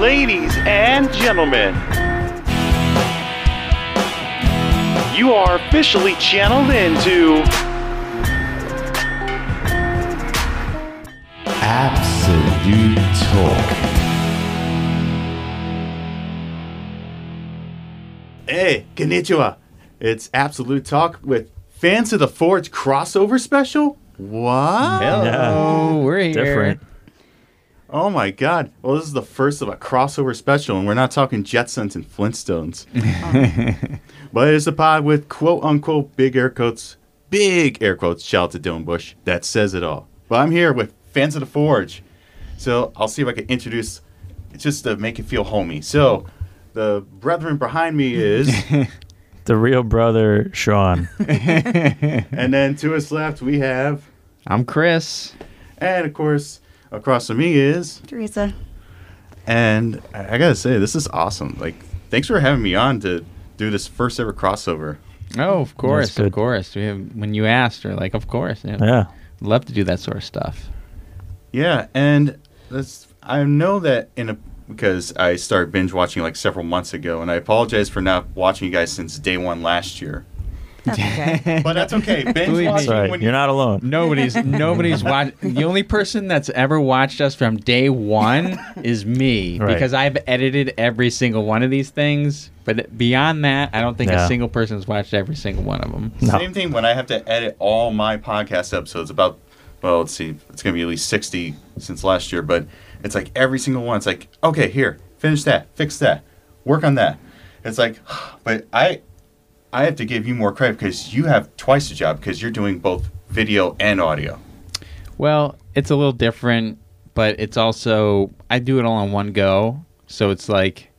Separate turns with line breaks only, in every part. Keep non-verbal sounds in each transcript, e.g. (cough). Ladies and gentlemen, you are officially channeled into
Absolute Talk. Hey, konnichiwa. It's Absolute Talk with Fans of the Forge crossover special? What?
Yeah.
we're here.
Different.
Oh my god. Well, this is the first of a crossover special, and we're not talking Jetsons and Flintstones. but it is a pod with quote unquote big air quotes, big air quotes, shout out to Dylan Bush. That says it all. But I'm here with Fans of the Forge. So I'll see if I can introduce just to make it feel homey. So the brethren behind me is,
The real brother, Sean.
and then to his left we have,
I'm Chris.
and of course, across from me is.
Teresa.
And I I gotta say, this is awesome. Like, thanks for having me on to do this first ever crossover.
(laughs) Oh, of course,
good.
of course. We have when you asked her, like, of course. Yeah.
yeah.
Love to do that sort of stuff.
Yeah, and that's I know that in a because I started binge watching like several months ago, and I apologize for not watching you guys since day one last year.
(laughs)
That's (laughs) okay.
But that's okay. Binge
Believe me.
That's
watching
right.
when
You're not alone.
(laughs) Nobody's nobody's watched. The only person that's ever watched us from day one is me
Right.
because I've edited every single one of these things. But beyond that, I don't think
Yeah.
a single person's watched every single one of them.
No.
Same thing when I have to edit all my podcast episodes about well, let's see, it's gonna be at least sixty since last year, but it's like every single one. It's like, okay, here, finish that, fix that, work on that. It's like, (sighs) but I, I have to give you more credit because you have twice the job because you're doing both video and audio.
Well, it's a little different, but it's also I do it all in one go. So it's like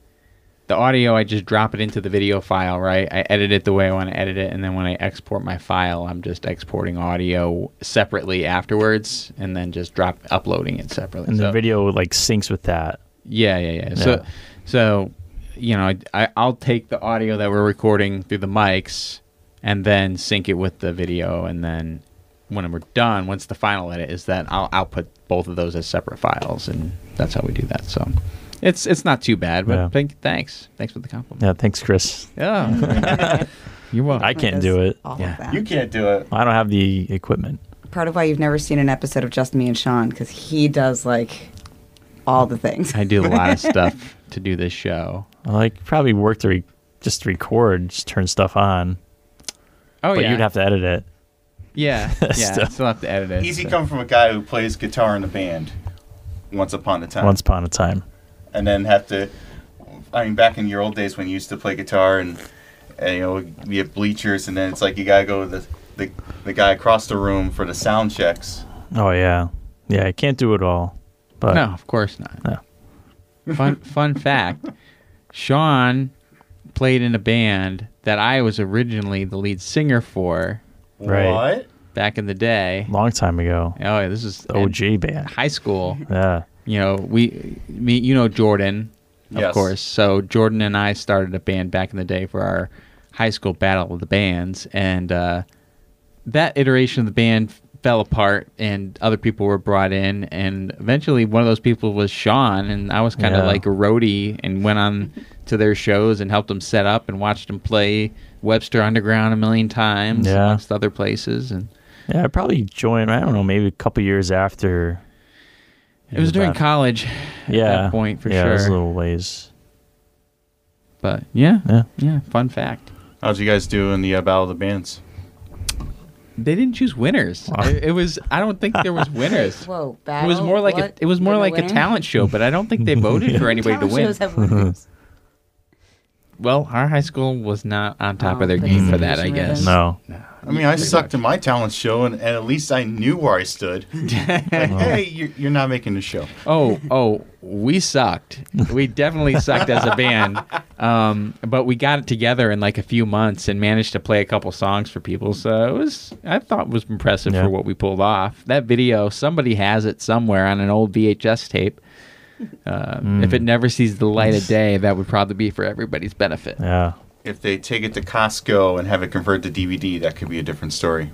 the audio I just drop it into the video file, right? I edit it the way I want to edit it and then when I export my file, I'm just exporting audio separately afterwards and then just drop uploading it separately.
And the
So-
video like syncs with that.
yeah, yeah, yeah. So,
Yeah.
so you know, I, I'll take the audio that we're recording through the mics, and then sync it with the video, and then when we're done, once the final edit is that I'll output both of those as separate files, and that's how we do that. So, it's it's not too bad. But
Yeah.
thank, thanks, thanks for the compliment.
Yeah. Thanks, Chris.
Yeah, you're welcome.
I can't do it.
All
Yeah.
of that.
You can't do it.
I don't have the equipment.
Part of why you've never seen an episode of Just Me and Sean because he does like all the
(laughs)
things.
I do a (laughs) lot of stuff to do this show.
I like probably work to re- just record, just turn stuff on.
Oh
but
yeah,
you'd have to edit it.
(laughs) yeah, yeah.
stuff.
Still have to edit it.
Easy
so.
coming from a guy who plays guitar in a band. Once upon a time.
Once upon a time.
and then have to. I mean, back in your old days when you used to play guitar and, and you know we have bleachers, and then it's like you gotta go to the, the the guy across the room for the sound checks.
Oh yeah. Yeah. I can't do it all. But
No, of course not.
No.
Fun fun fact. Sean played in a band that I was originally the lead singer for
Right.
What?
back in the day. Oh,
long time ago.
yeah, this is
The OG band.
high school.
Yeah.
You know, we me you know Jordan, of
Yes.
course. So Jordan and I started a band back in the day for our high school battle of the bands and uh that iteration of the band fell apart and other people were brought in and eventually one of those people was Sean and I was kind of
Yeah.
like a roadie and went on to their shows and helped them set up and watched them play Webster Underground a million times
Yeah.
amongst other places and
Yeah. I probably joined. I don't know. Maybe a couple years after.
it was during college at
yeah.
that point for
yeah, It was a
sure
little ways.
but yeah, yeah
Yeah.
fun fact
How'd you guys do in the uh, battle of the bands?
they didn't choose winners it, it was I don't think there was winners
Whoa,
it was more like a, it was more like a
(laughs)
talent show but I don't think they voted for anybody to win (laughs) Well, our high school was not on top
Oh,
of their
but
game
it's
for that, I
usually
guess.
is.
No.
I mean, I sucked in my talent show, and, and at least I knew where I stood. (laughs) like, hey, you're, you're not making the show.
Oh, oh, we sucked. We definitely sucked as a band. Um, but we got it together in like a few months and managed to play a couple songs for people. So it was, I thought, was impressive
Yeah.
for what we pulled off. That video, somebody has it somewhere on an old VHS tape. Uh,
Mm.
If it never sees the light of day, that would probably be for everybody's benefit.
Yeah.
If they take it to Costco and have it converted to DVD, that could be a different story.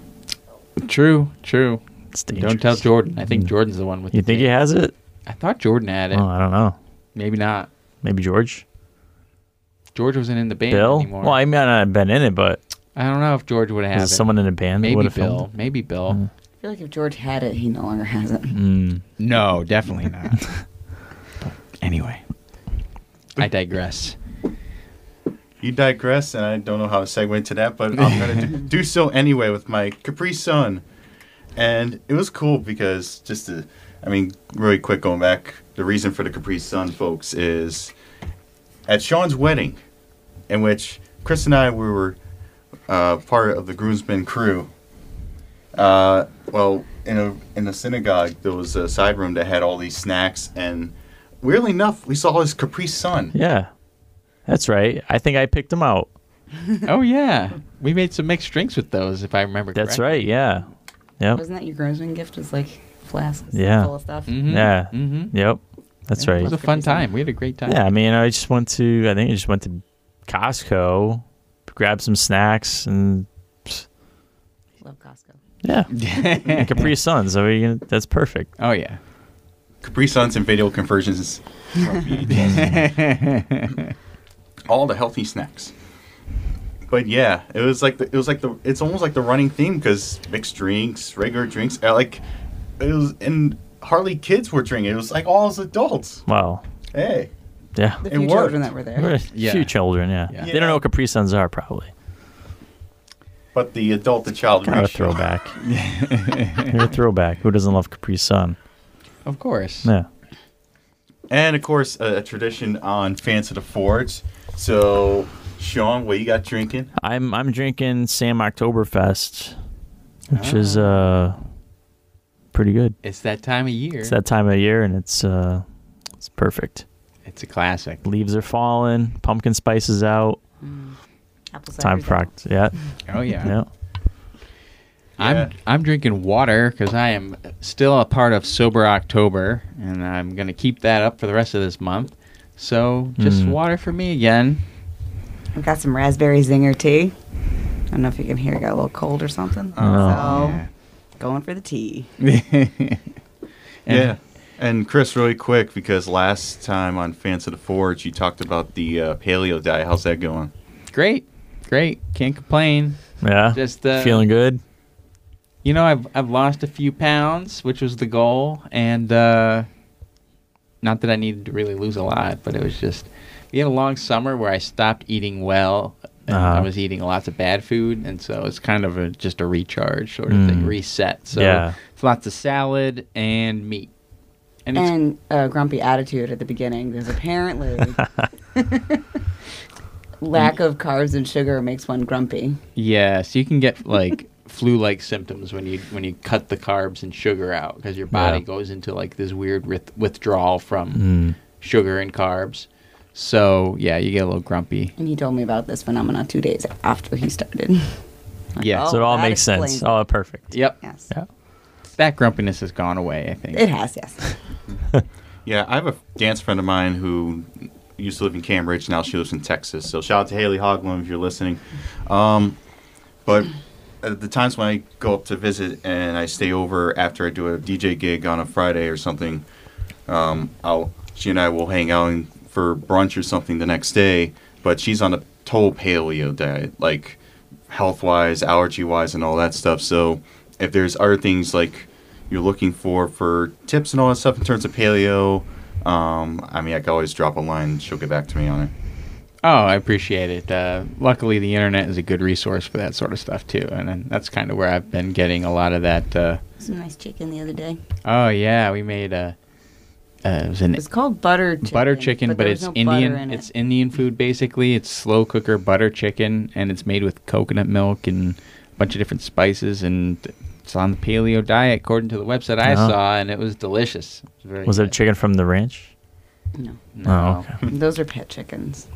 True, true.
It's
Don't tell
dangerous. Mm.
Jordan. I think Jordan's the one with.
You
the
think he
tape.
has it?
I thought Jordan had it.
Oh, I don't know.
Maybe not.
Maybe George,
George wasn't in the band
Bill.
anymore.
Well, I might not have been in it, but
I don't know if George would have
was
had
it
it. Mm.
someone in a band that would
Maybe
have filmed
Bill. Maybe Bill.
I feel like if George had it, he no longer has it.
Mm. No, definitely
(laughs)
not. But anyway, I digress.
You digress, and I don't know how to segue into that, but I'm going to do, do so anyway with my Capri Sun. And it was cool because, just to, I mean, really quick going back, the reason for the Capri Sun, folks, is at Sean's wedding, in which Chris and I we were uh, part of the groomsmen crew. Uh, well, in a in the synagogue, there was a side room that had all these snacks, and weirdly enough, we saw his Capri Sun.
Yeah, that's right. I think I picked him out.
(laughs) Oh yeah, we made some mixed drinks with those, if I remember.
That's
correctly.
right. Yeah. Yep.
Wasn't that your groomsman gift? Was like flasks
Yeah.
full of stuff.
Mhm.
Yeah.
Mhm.
Yep. That's
Yeah,
It
right.
was a fun time. We had a great time.
Yeah, I mean, I just went to, I think I just went to Costco, grabbed some snacks, and
Love Costco.
yeah,
(laughs)
and Capri Suns. I mean, that's perfect.
Oh yeah.
Capri Suns and video conversions. from VHS. All the healthy snacks. But yeah, it was like the, it was like the it's almost like the running theme because mixed drinks, regular drinks, uh, like it was and hardly kids were drinking. It was like all us adults.
Wow.
Hey,
Yeah.
The
It
few
worked.
children that were
There were
there.
a
Yeah.
few children, yeah.
Yeah.
They don't know what Capri Suns are, probably.
but the adult to child
Kind of a
ratio.
throwback. (laughs) They're a throwback. Who doesn't love Capri Sun?
Of course.
Yeah.
And of course, a, a tradition on Fans of the Forge. So, Sean, what you got drinking?
I'm I'm drinking Sam Oktoberfest, which is uh pretty good.
It's that time of year.
It's
It's,
that time of year, and it's uh it's perfect.
a classic.
Leaves are falling, pumpkin spice is out.
Apple cider.
Time for oct- yeah,
Oh yeah.
yeah.
I'm
Yeah.
I'm drinking water because I am still a part of sober October, and I'm gonna keep that up for the rest of this month. So just
Mm.
water for me again.
I've got some raspberry zinger tea. I don't know if you can hear. It got a little cold or something. so
Yeah.
going for the tea.
(laughs)
Yeah. And Chris, really quick, because last time on Fans of the Forge, you talked about the uh, paleo diet. How's that going?
Great, great. Can't complain.
Yeah.
Just, uh,
feeling good.
You know, I've I've lost a few pounds, which was the goal, and uh, not that I needed to really lose a lot, but it was just we had a long summer where I stopped eating well. And I
Uh-huh.
was eating lots of bad food, and so it's kind of a, just a recharge sort of thing,
Mm.
reset. So
Yeah.
it's lots of salad and meat, and it's
And uh, grumpy attitude at the beginning because
(laughs)
apparently lack of carbs and sugar makes one grumpy.
Yeah, so you can get like (laughs) flu-like symptoms when you when you cut the carbs and sugar out because your body
Yeah.
goes into like this weird with- withdrawal from sugar and carbs. So yeah, you get a little grumpy.
And he told me about this phenomenon two days after he started. Like,
Yeah,
oh,
so it all
that
makes sense.
explains it.
Oh, perfect.
Yep,
Yes.
Yeah.
that grumpiness has gone away. I think.
It has, yes.
Yeah, I have a dance friend of mine who used to live in Cambridge. Now she lives in Texas. So shout out to Haley Hoglum if you're listening. Um, but at the times when I go up to visit and I stay over after I do a DJ gig on a Friday or something, um, I'll she and I will hang out and- for brunch or something the next day. But she's on a total paleo diet, like health wise, allergy wise, and all that stuff. So if there's other things like you're looking for for tips and all that stuff in terms of paleo, um, I mean, I can always drop a line. and She'll get back to me on it.
Oh, I appreciate it. Uh, luckily, the internet is a good resource for that sort of stuff too, and, and that's kind of where I've been getting a lot of that. Uh,
Some nice chicken the other day.
oh yeah, we made a. Uh, it was an
It's called butter chicken.
butter chicken, but,
there
it's
was no butter
Indian.
in it.
It's Indian food basically. It's slow cooker butter chicken, and it's made with coconut milk and a bunch of different spices, and it's on the paleo diet according to the website I
Oh.
saw, and it was delicious. It was, very
Was it
good.
chicken from the ranch?
no.
No,
Oh,
Those are pet chickens.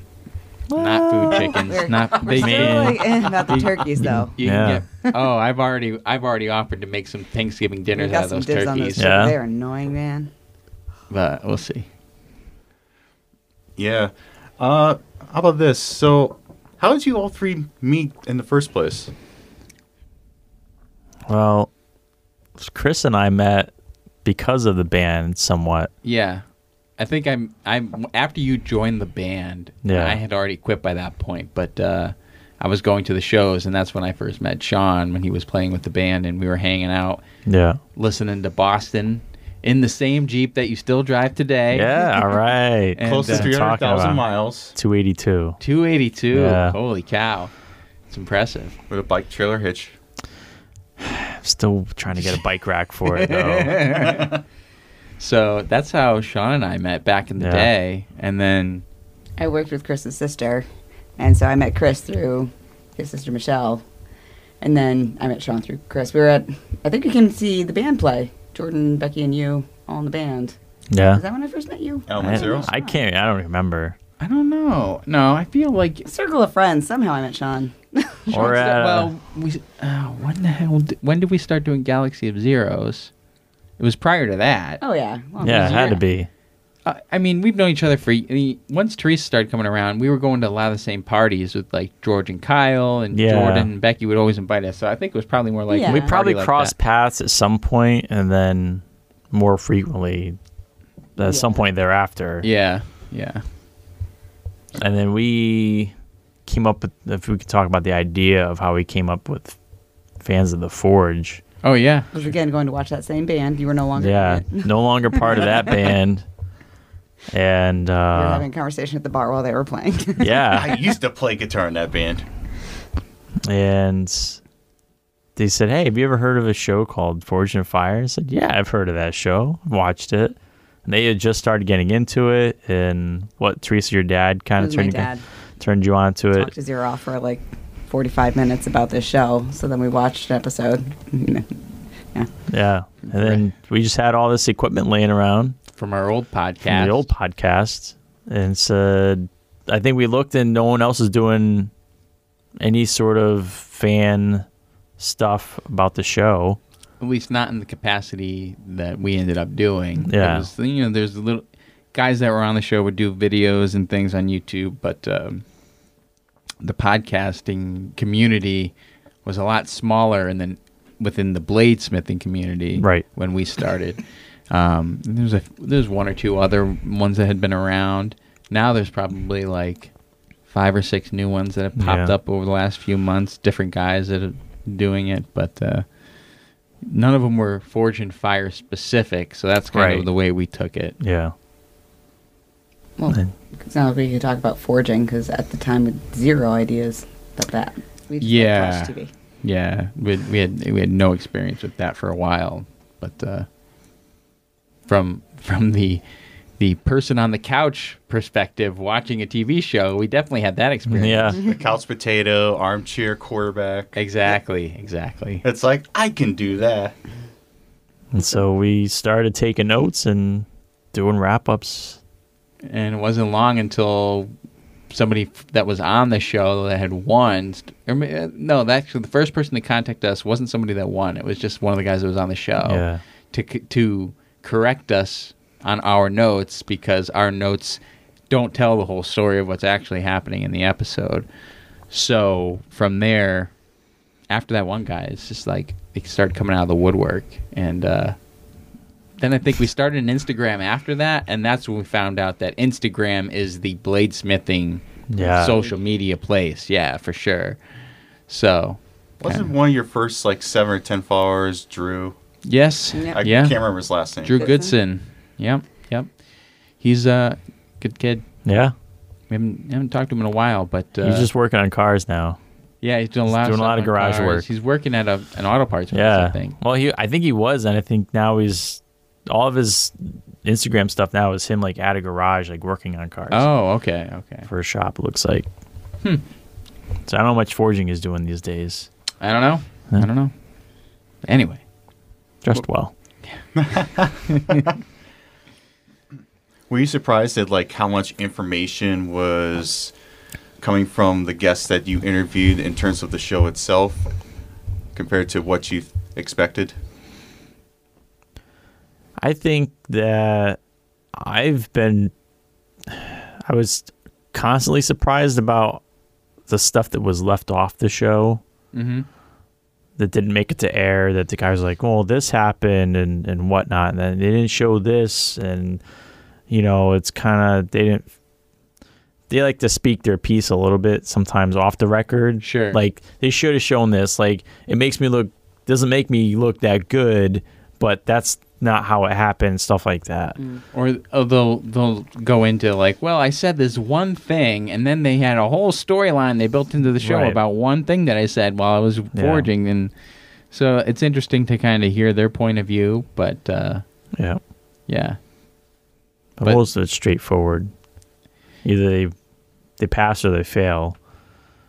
not food chickens.
We're-
Not
We're
they.
still
Man.
like, eh,
(laughs)
about the turkeys though.
You can
Yeah.
get- oh, I've already I've already offered to make some Thanksgiving
We
dinners out
got
of
some
those
dibs on those
turkeys,
chickens.
Yeah.
They're annoying, man.
but we'll see.
Yeah. Uh, how about this? So, how did you all three meet in the first place?
Well, Chris and I met because of the band somewhat.
Yeah. I think I'm I'm after you joined the band.
Yeah.
I had already quit by that point, but uh, I was going to the shows, and that's when I first met Sean when he was playing with the band, and we were hanging out,
Yeah.
listening to Boston in the same Jeep that you still drive today.
Yeah. All right.
And,
Close to
uh,
That's what I'm talking
300,000
about.
miles
282.
282.
Yeah.
Holy cow. It's impressive. (laughs)
with a bike trailer hitch.
I'm still trying to get a bike rack for it though.
So that's how Sean and I met back in the
Yeah.
day. And then,
I worked with Chris's sister, and so I met Chris through his sister Michelle, and then I met Sean through Chris. We were at, I think you can see the band play. Jordan, Becky, and you all in the band. Is
yeah.
that when I first met you?
Element
I,
Zero.
I can't. I don't remember.
I don't know. No, I feel like.
Circle of friends. Somehow I met Sean.
Or at, uh,
well, we, uh, when the hell? Did, when did we start doing Galaxy of Zeros? It was prior to that.
Oh yeah. Well,
yeah, it had to
yeah.
be.
Uh, I mean, we've known each other for. I mean, once Teresa started coming around, we were going to a lot of the same parties with like George and Kyle and
Yeah.
Jordan and Becky would always invite us. So I think it was probably more like
Yeah.
a
We
We
party
probably
like
crossed
that.
paths at some point, and then more frequently at some point thereafter.
Yeah, yeah,
And then we came up with, if we could talk about the idea of how we came up with fans of the Forge.
oh yeah.
I was again going to watch that same band. You were no longer.
Yeah,
in it.
no longer part of that band. And
We were
uh,
having a conversation at the bar while they were playing. (laughs)
yeah,
(laughs) I used to play guitar in that band.
and they said, "Hey, have you ever heard of a show called Forge and Fire?" I said, "Yeah, I've heard of that show. I've watched it." And they had just started getting into it, and what Teresa, your dad, kind of
It was my
turned
dad.
turned you on to
Talked
it.
to Zero off for like 45 minutes about this show. So then we watched an episode. yeah.
Yeah, and then we just had all this equipment laying around.
From our old
from
podcast.
the old podcast and said, I think we looked and no one else is doing any sort of fan stuff about the show.
at least not in the capacity that we ended up doing. It
Yeah.
was, you know, there's the little guys that were on the show would do videos and things on YouTube, but um, the podcasting community was a lot smaller, and then within the bladesmithing community,
Right.
when we started, (laughs) um, and there's a there's one or two other ones that had been around. Now there's probably like five or six new ones that have popped
Yeah.
up over the last few months. Different guys that are doing it, but uh, none of them were Forge and Fire specific. So that's kind
Right.
of the way we took it.
Yeah.
Well,
And-
it's not like we could talk about forging because at the time, we had zero ideas about that. We just
Yeah.
Watched TV.
Yeah, we had, we had we had no experience with that for a while, but uh, from from the the person on the couch perspective watching a TV show, we definitely had that experience.
Yeah.
The couch potato, armchair quarterback.
Exactly, exactly.
It's like I can do that.
And so we started taking notes and doing wrap ups.
and it wasn't long until somebody f- that was on the show that had won. st- Or, ma- uh, no, that- actually, the first person to contact us wasn't somebody that won. It was just one of the guys that was on the show
Yeah.
to c- to correct us on our notes because our notes don't tell the whole story of what's actually happening in the episode. So from there, after that one guy, it's just like they started coming out of the woodwork and. uh then I think we started an Instagram after that, and that's when we found out that Instagram is the bladesmithing
Yeah.
social media place. Yeah, for sure. So
Wasn't one of your first like seven or ten followers Drew?
yes,
Yep.
I
yeah,
can't remember his last name.
Drew
Goodson.
Goodson. Yep, yep. He's a good kid.
Yeah.
We haven't, haven't talked to him in a while, but uh,
He's just working on cars now.
yeah, he's doing a lot,
doing a
stuff
lot of
on
garage
cars.
work.
He's working at a, an auto parts place, I
Yeah.
think.
Well, he I think he was and I think now he's all of his Instagram stuff now is him like at a garage like working on cars.
Oh, okay, okay.
for a shop it looks like. So I don't know how much forging is doing these days.
I don't know. I don't know. Anyway,
Just well.
Were you surprised at like how much information was coming from the guests that you interviewed in terms of the show itself compared to what you expected?
I think that I've been I was constantly surprised about the stuff that was left off the show that didn't make it to air that the guy was like, "Well, this happened and and whatnot," and then they didn't show this and you know, it's kind of they didn't. They like to speak their piece a little bit sometimes off the record.
Sure.
Like they should have shown this. Like it makes me look doesn't make me look that good, but that's not how it happened. Stuff like that.
Or oh, they'll they'll go into like, well, I said this one thing, and then they had a whole storyline they built into the show
Right.
about one thing that I said while I was forging, and so it's interesting to kind of hear their point of view. But uh,
Yeah.
yeah,
But,
But-
most of it's straightforward. Either they they pass or they fail.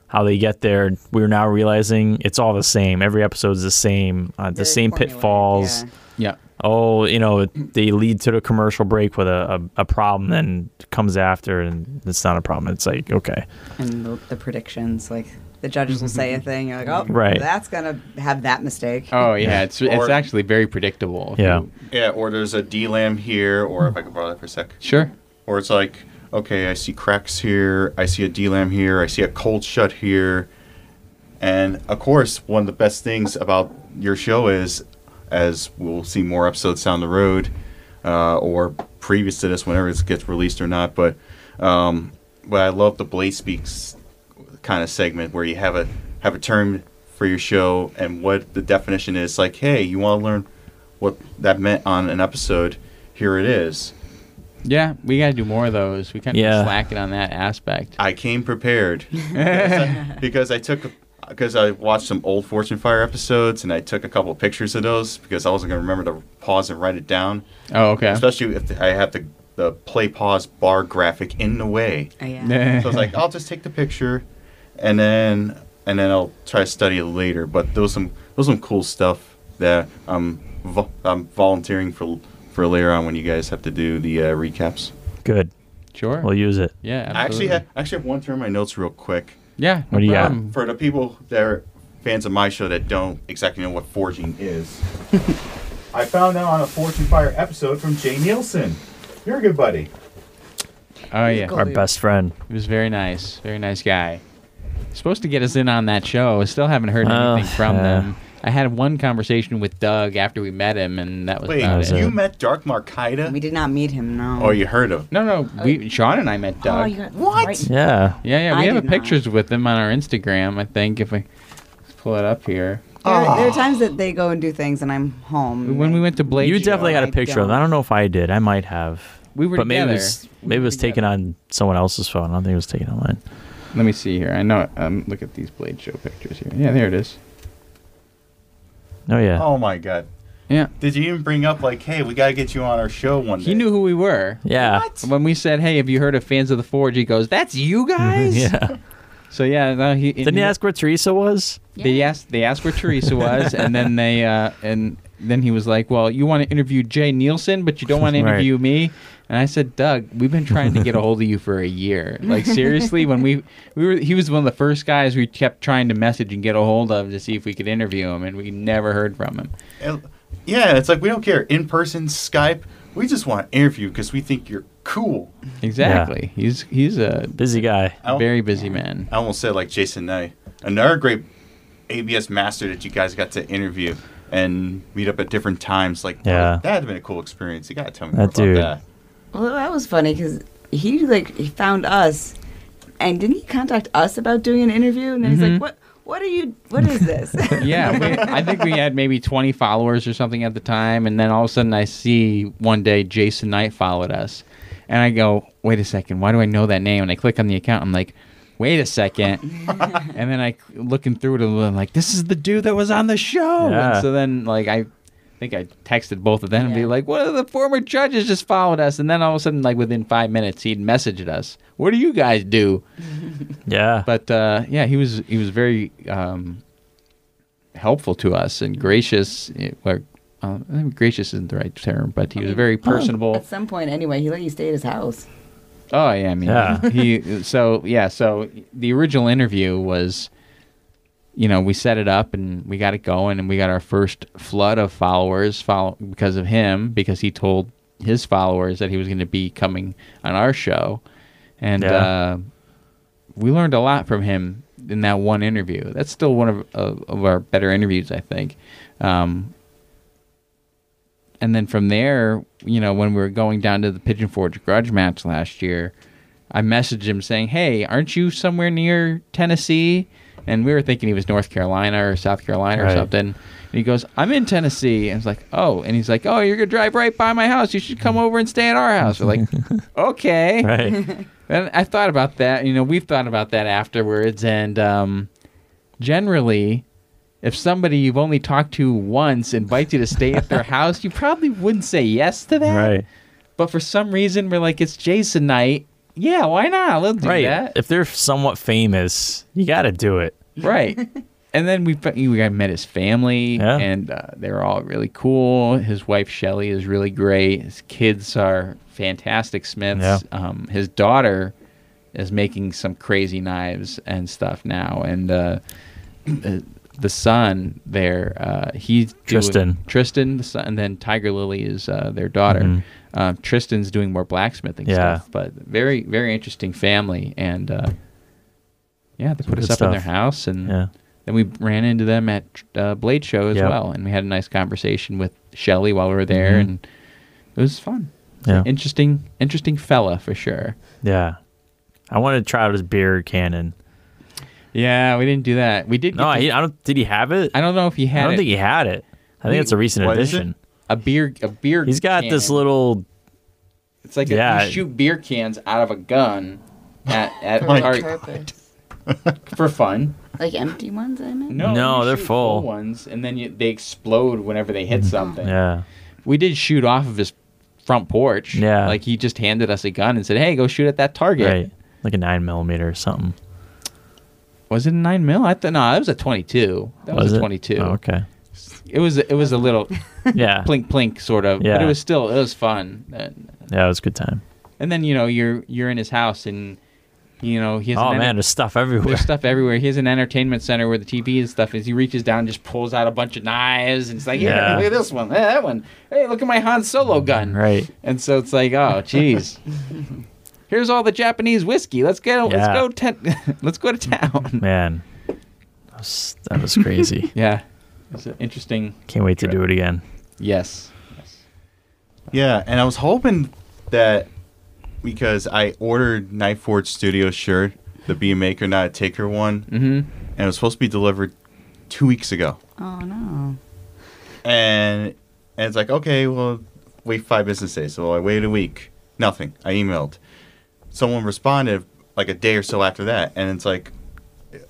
How they get there, we're now realizing it's all the same. Every episode's the same. Uh, the
Very
same
formulaic,
pitfalls.
yeah.
yeah,
Oh, you know, they lead to the commercial break with a, a, a problem, then comes after, and it's not a problem. It's like okay,
and the, the predictions like the judges will say a thing you're like oh
Right.
that's gonna have that mistake
oh yeah, it's it's
Or-
actually very predictable. if
yeah,
you-
Yeah, or there's a DLAM here, or if I could borrow that for a sec.
sure.
Or it's like, okay, I see cracks here, I see a DLAM here, I see a cold shut here. And of course, one of the best things about your show is, as we'll see more episodes down the road, uh, or previous to this, whenever it gets released or not, but um, but I love the Blade Speaks kind of segment where you have a have a term for your show and what the definition is. Like, hey, you want to learn what that meant on an episode? Here it is.
Yeah, we gotta do more of those. We kind of
Yeah.
slacking on that aspect.
I came prepared (laughs) because I took because I watched some old Fortune Fire episodes and I took a couple of pictures of those because I wasn't going to remember to pause and write it down, (laughs)
Oh, okay.
especially if I had the the play pause bar graphic in the way.
Oh, yeah.
So I was
(laughs) yeah,
like, I'll just take the picture, and then and then I'll try to study it later. But there was some there was some cool stuff that I'm vo- I'm volunteering for for later on when you guys have to do the uh, recaps.
good.
(laughs) sure.
We'll use it.
yeah,
I actually
absolutely.
have, actually have one term in my notes real quick.
yeah. no
What do you got?
problem.
for the people that are fans of my show that don't exactly know what forging is, (laughs) I found out on a Fortune Fire episode from Jay Nielsen. You're a good buddy.
Oh yeah.
Cool.
Our
dude.
best friend.
He was very nice, very nice guy. Supposed to get us in on that show. I Still haven't heard
Oh,
anything from
yeah.
them. I had one conversation with Doug after we met him, and that was
Wait,
about
was
it.
you
it.
met Dark
we
Markaida?
did not meet him no
Oh, you heard of?
No, no, we, Sean and I met Doug.
oh you got what
Yeah,
yeah, yeah, we
I
have
did not.
pictures with him on our Instagram. I think if we let's pull it up here,
there, are- there are times that they go and do things and i'm home
when we went to Blade,
you
Show,
definitely got a
I
picture of. it. I don't know if I did. I might have.
We were
but maybe it
together.
was maybe it was
together.
taken on someone else's phone. I don't think it was taken on mine.
Let me see here. I know. Um, look at these Blade Show pictures here. Yeah, there it is.
Oh yeah.
Oh my god.
Yeah,
Did you even bring up like, hey, we gotta get you on our show one day?
he knew who we were.
Yeah. (laughs)
When we said, "Hey, have you heard of Fans of the Forge?" He goes, "That's you guys."
Yeah.
So yeah, no, he
Didn't he ask where Teresa was?
They asked they asked where Teresa was, and then they uh, and then he was like, "Well, you want to interview Jay Nielsen, but you don't want to
Right.
interview me." And I said, "Doug, we've been trying to get a hold of you for a year. Like seriously, when we we were he was one of the first guys we kept trying to message and get a hold of to see if we could interview him, and we never heard from him.
Uh, Yeah, it's like we don't care. In person, Skype. We just want to interview because we think you're cool.
Exactly. He's he's a
Busy guy.
I al-
very busy man.
I almost said like Jason Nye, another great ABS master that you guys got to interview and meet up at different times. Like, oh,
Yeah.
that had been a cool experience. You gotta tell me
That
more
dude.
about
well that was funny because he like he found us and didn't he contact us about doing an interview and then he's like what what are you what is this
(laughs) yeah, we, I think we had maybe 20 followers or something at the time, and then all of a sudden I see one day Jason Knight followed us, and I go, "Wait a second, why do I know that name?" And I click on the account, I'm like, "Wait a second. and then I looking through it, and I'm like, "This is the dude that was on the show."
Yeah.
And so then like I. think I texted both of them and be
Yeah.
like, one of the former judges just followed us. And then all of a sudden, like within five minutes, he'd messaged us. What do you guys do?
Yeah.
but uh, yeah, he was he was very um, helpful to us and gracious. eh, Or, uh, I think gracious isn't the right term, but he was very personable.
at some point anyway he let you stay at his house
Oh yeah, I mean,
Yeah.
he so yeah, so the original interview was, you know, we set it up and we got it going and we got our first flood of followers follow because of him because he told his followers that he was going to be coming on our show, and
Yeah.
uh, we learned a lot from him in that one interview. That's still one of of, of our better interviews, I think. Um, and then from there, you know, when we were going down to the Pigeon Forge grudge match last year, I messaged him saying, "Hey, aren't you somewhere near Tennessee?" And we were thinking he was North Carolina or South Carolina
Right.
or something. And he goes, "I'm in Tennessee." And I was like, "Oh," and he's like, "Oh, you're gonna drive right by my house. You should come over and stay at our house."
(laughs)
We're like, "Okay." (laughs)
Right.
And I thought about that. You know, we've thought about that afterwards. And um, generally, if somebody you've only talked to once invites you to stay
(laughs)
at their house, you probably wouldn't say yes to that.
right.
But for some reason, we're like, it's Jason night. Yeah, why not? Let's do
Right.
that.
If they're somewhat famous, you got to do it.
right. And then we fe- we got- met his family,
Yeah.
and uh, they're all really cool. His wife Shelly is really great. His kids are fantastic Smiths.
Yeah.
Um, his daughter is making some crazy knives and stuff now, and uh, uh, the son there, uh, he's doing-
Tristan.
Tristan, the son, and then Tiger Lily is uh, their daughter. Um, Tristan's doing more blacksmithing
Mm-hmm. Yeah.
stuff, but very very interesting family, and uh, yeah, they put
good
us up in their
stuff.
house, and
Yeah.
then we ran into them at uh, Blade Show as
Yep.
well, and we had a nice conversation with Shelly while we were there,
Mhm.
and it was fun.
Yeah.
Interesting, interesting fella for sure.
Yeah. I want to try out his beer cannon.
Yeah, we didn't do that. We did.
No,
get to-
I, I don't. Did he have it?
I don't know if he
I
had
don't
it-
think he had it. I think
Wait,
it's a recent
what is it?
addition.
a beer. A beer.
He's got this
cannon.
little.
It's like
yeah.
a, you shoot beer cans out of a gun at, at
For
our-
what purpose?
for fun.
Like empty ones, I meant?
No,
No,
you
they're
shoot
full. Mm-hmm.
ones, and then you, they explode whenever they hit something.
Yeah.
we did shoot off of his front porch.
Yeah.
Like he just handed us a gun and said, Hey, go shoot at that target.
Right. Like a nine millimeter or something.
Was it a nine mil? I thought no, that was a twenty two. That was,
it?
a twenty two.
Oh,
(laughs)
okay.
It was it was
(laughs)
a little (laughs)
Yeah.
plink plink sort of. But
Yeah.
it was still it was fun. And,
Yeah, it was a good time.
and then, you know, you're you're in his house and you know, he has
Oh
an
man,
enter-
there's stuff everywhere. (laughs)
there's stuff everywhere. He has an entertainment center where the TV and stuff is. He reaches down, just pulls out a bunch of knives, and it's like, yeah,
Yeah.
look at this one, eh, that one. Hey, look at my Han Solo gun.
Right.
And so it's like, oh, (laughs) jeez. Here's all the Japanese whiskey. Let's go. Let's
Yeah.
go. Ten- (laughs) let's go to (laughs) town.
Man, that was, that was
(laughs)
crazy.
Yeah, it's an interesting.
Can't wait to do it again.
Yes.
Yeah, and I was hoping that because I ordered Nightforge Studio shirt, the Be a Maker, Not a Taker one,
Mm-hmm.
and it was supposed to be delivered two weeks ago.
Oh, no.
And, and it's like, okay, well, wait five business days. So I waited a week. Nothing. I emailed. Someone responded like a day or so after that, and it's like,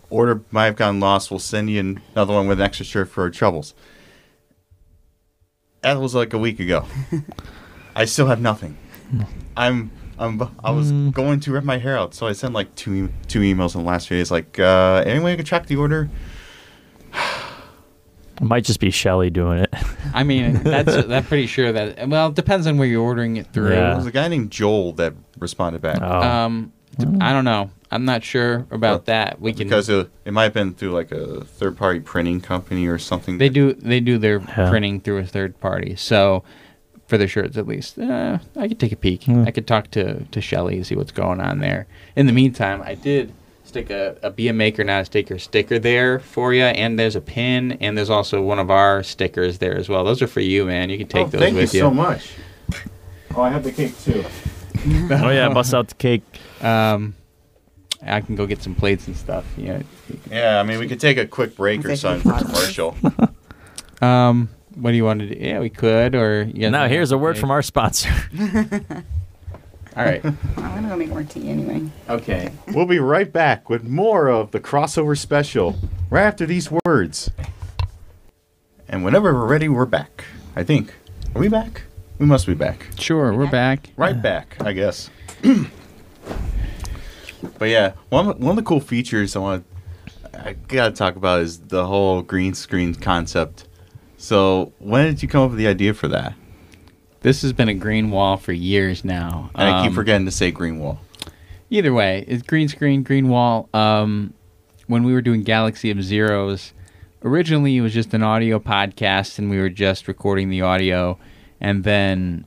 order might have gone lost. We'll send you another one with an extra shirt for our troubles. That was like a week
(laughs)
ago. I still have nothing. I'm I'm I was
Mm.
going to rip my hair out, so I sent like two e- two emails in the last few days. Like, uh, any way I could track the order?
It might just be Shelly doing it.
I (laughs) mean, that's that pretty sure that. Well, it depends on where you're ordering it through.
Yeah.
There was a guy named Joel that responded back
Oh,
Um, d- I don't know. I'm not sure about that. We can
because it, it might have been through like a third party printing company or something.
They do they do their
Yeah.
printing through a third party. So for their shirts at least. Uh, I could take a peek.
Hmm.
I could talk to to Shelly and see what's going on there. In the meantime, I did stick a, a be a maker not a sticker sticker there for you and there's a pin and there's also one of our stickers there as well. Those are for you, man. You can take
Oh,
those
thank
with
you so much. Oh, I have the cake too.
oh (laughs) yeah, bust out the cake.
Um I can go get some plates and stuff. Yeah.
Yeah, I mean we could take a quick break or
That's actually
something for
awesome.
commercial.
Um what do you want to do? Yeah, we could or you guys
Now
want-
here's a word from our sponsor. (laughs)
All right.
I'm going to go make more tea anyway.
Okay.
we'll be right back with more of the crossover special right after these words. And whenever we're ready, we're back. I think. Are we back? We must be back.
Sure, we're back.
Right back, I guess. (clears throat) but yeah, one of, one of the cool features I want I gotta talk about is the whole green screen concept. So when did you come up with the idea for that?
This has been a green wall for years now.
And I keep
Um,
forgetting to say green wall.
Either way, it's green screen, green wall. Um, when we were doing Galaxy of Zeros, originally it was just an audio podcast, and we were just recording the audio. And then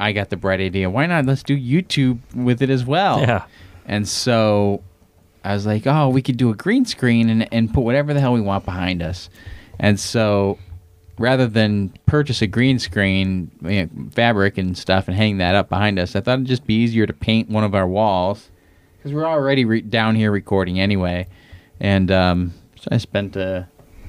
I got the bright idea: why not? Let's do YouTube with it as well.
Yeah.
And so I was like, oh, we could do a green screen and, and put whatever the hell we want behind us. And so rather than purchase a green screen you know, fabric and stuff and hang that up behind us, I thought it'd just be easier to paint one of our walls because we're already re- down here recording anyway. And um, so I spent uh,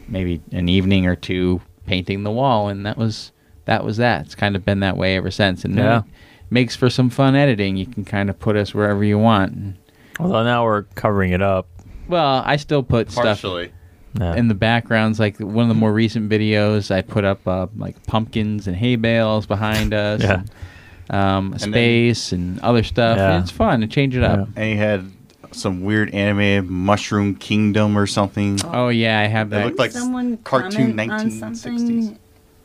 maybe an evening or two painting the wall, and that was that was that. It's kind of been that way ever since, and then
Yeah.
it makes for some fun editing. You can kind of put us wherever you want. And-
Although now we're covering it up.
well, I still put stuff
Partially.
Yeah.
in the backgrounds like one of the more recent videos i put up uh, like pumpkins and hay bales behind us
Yeah.
and, um,
then-
space and other stuff
Yeah.
and it's fun to change it up
And he had some weird anime, Mushroom Kingdom or something.
oh yeah i have
It
that
looked like
someone
cartoon
comment on something
1960s.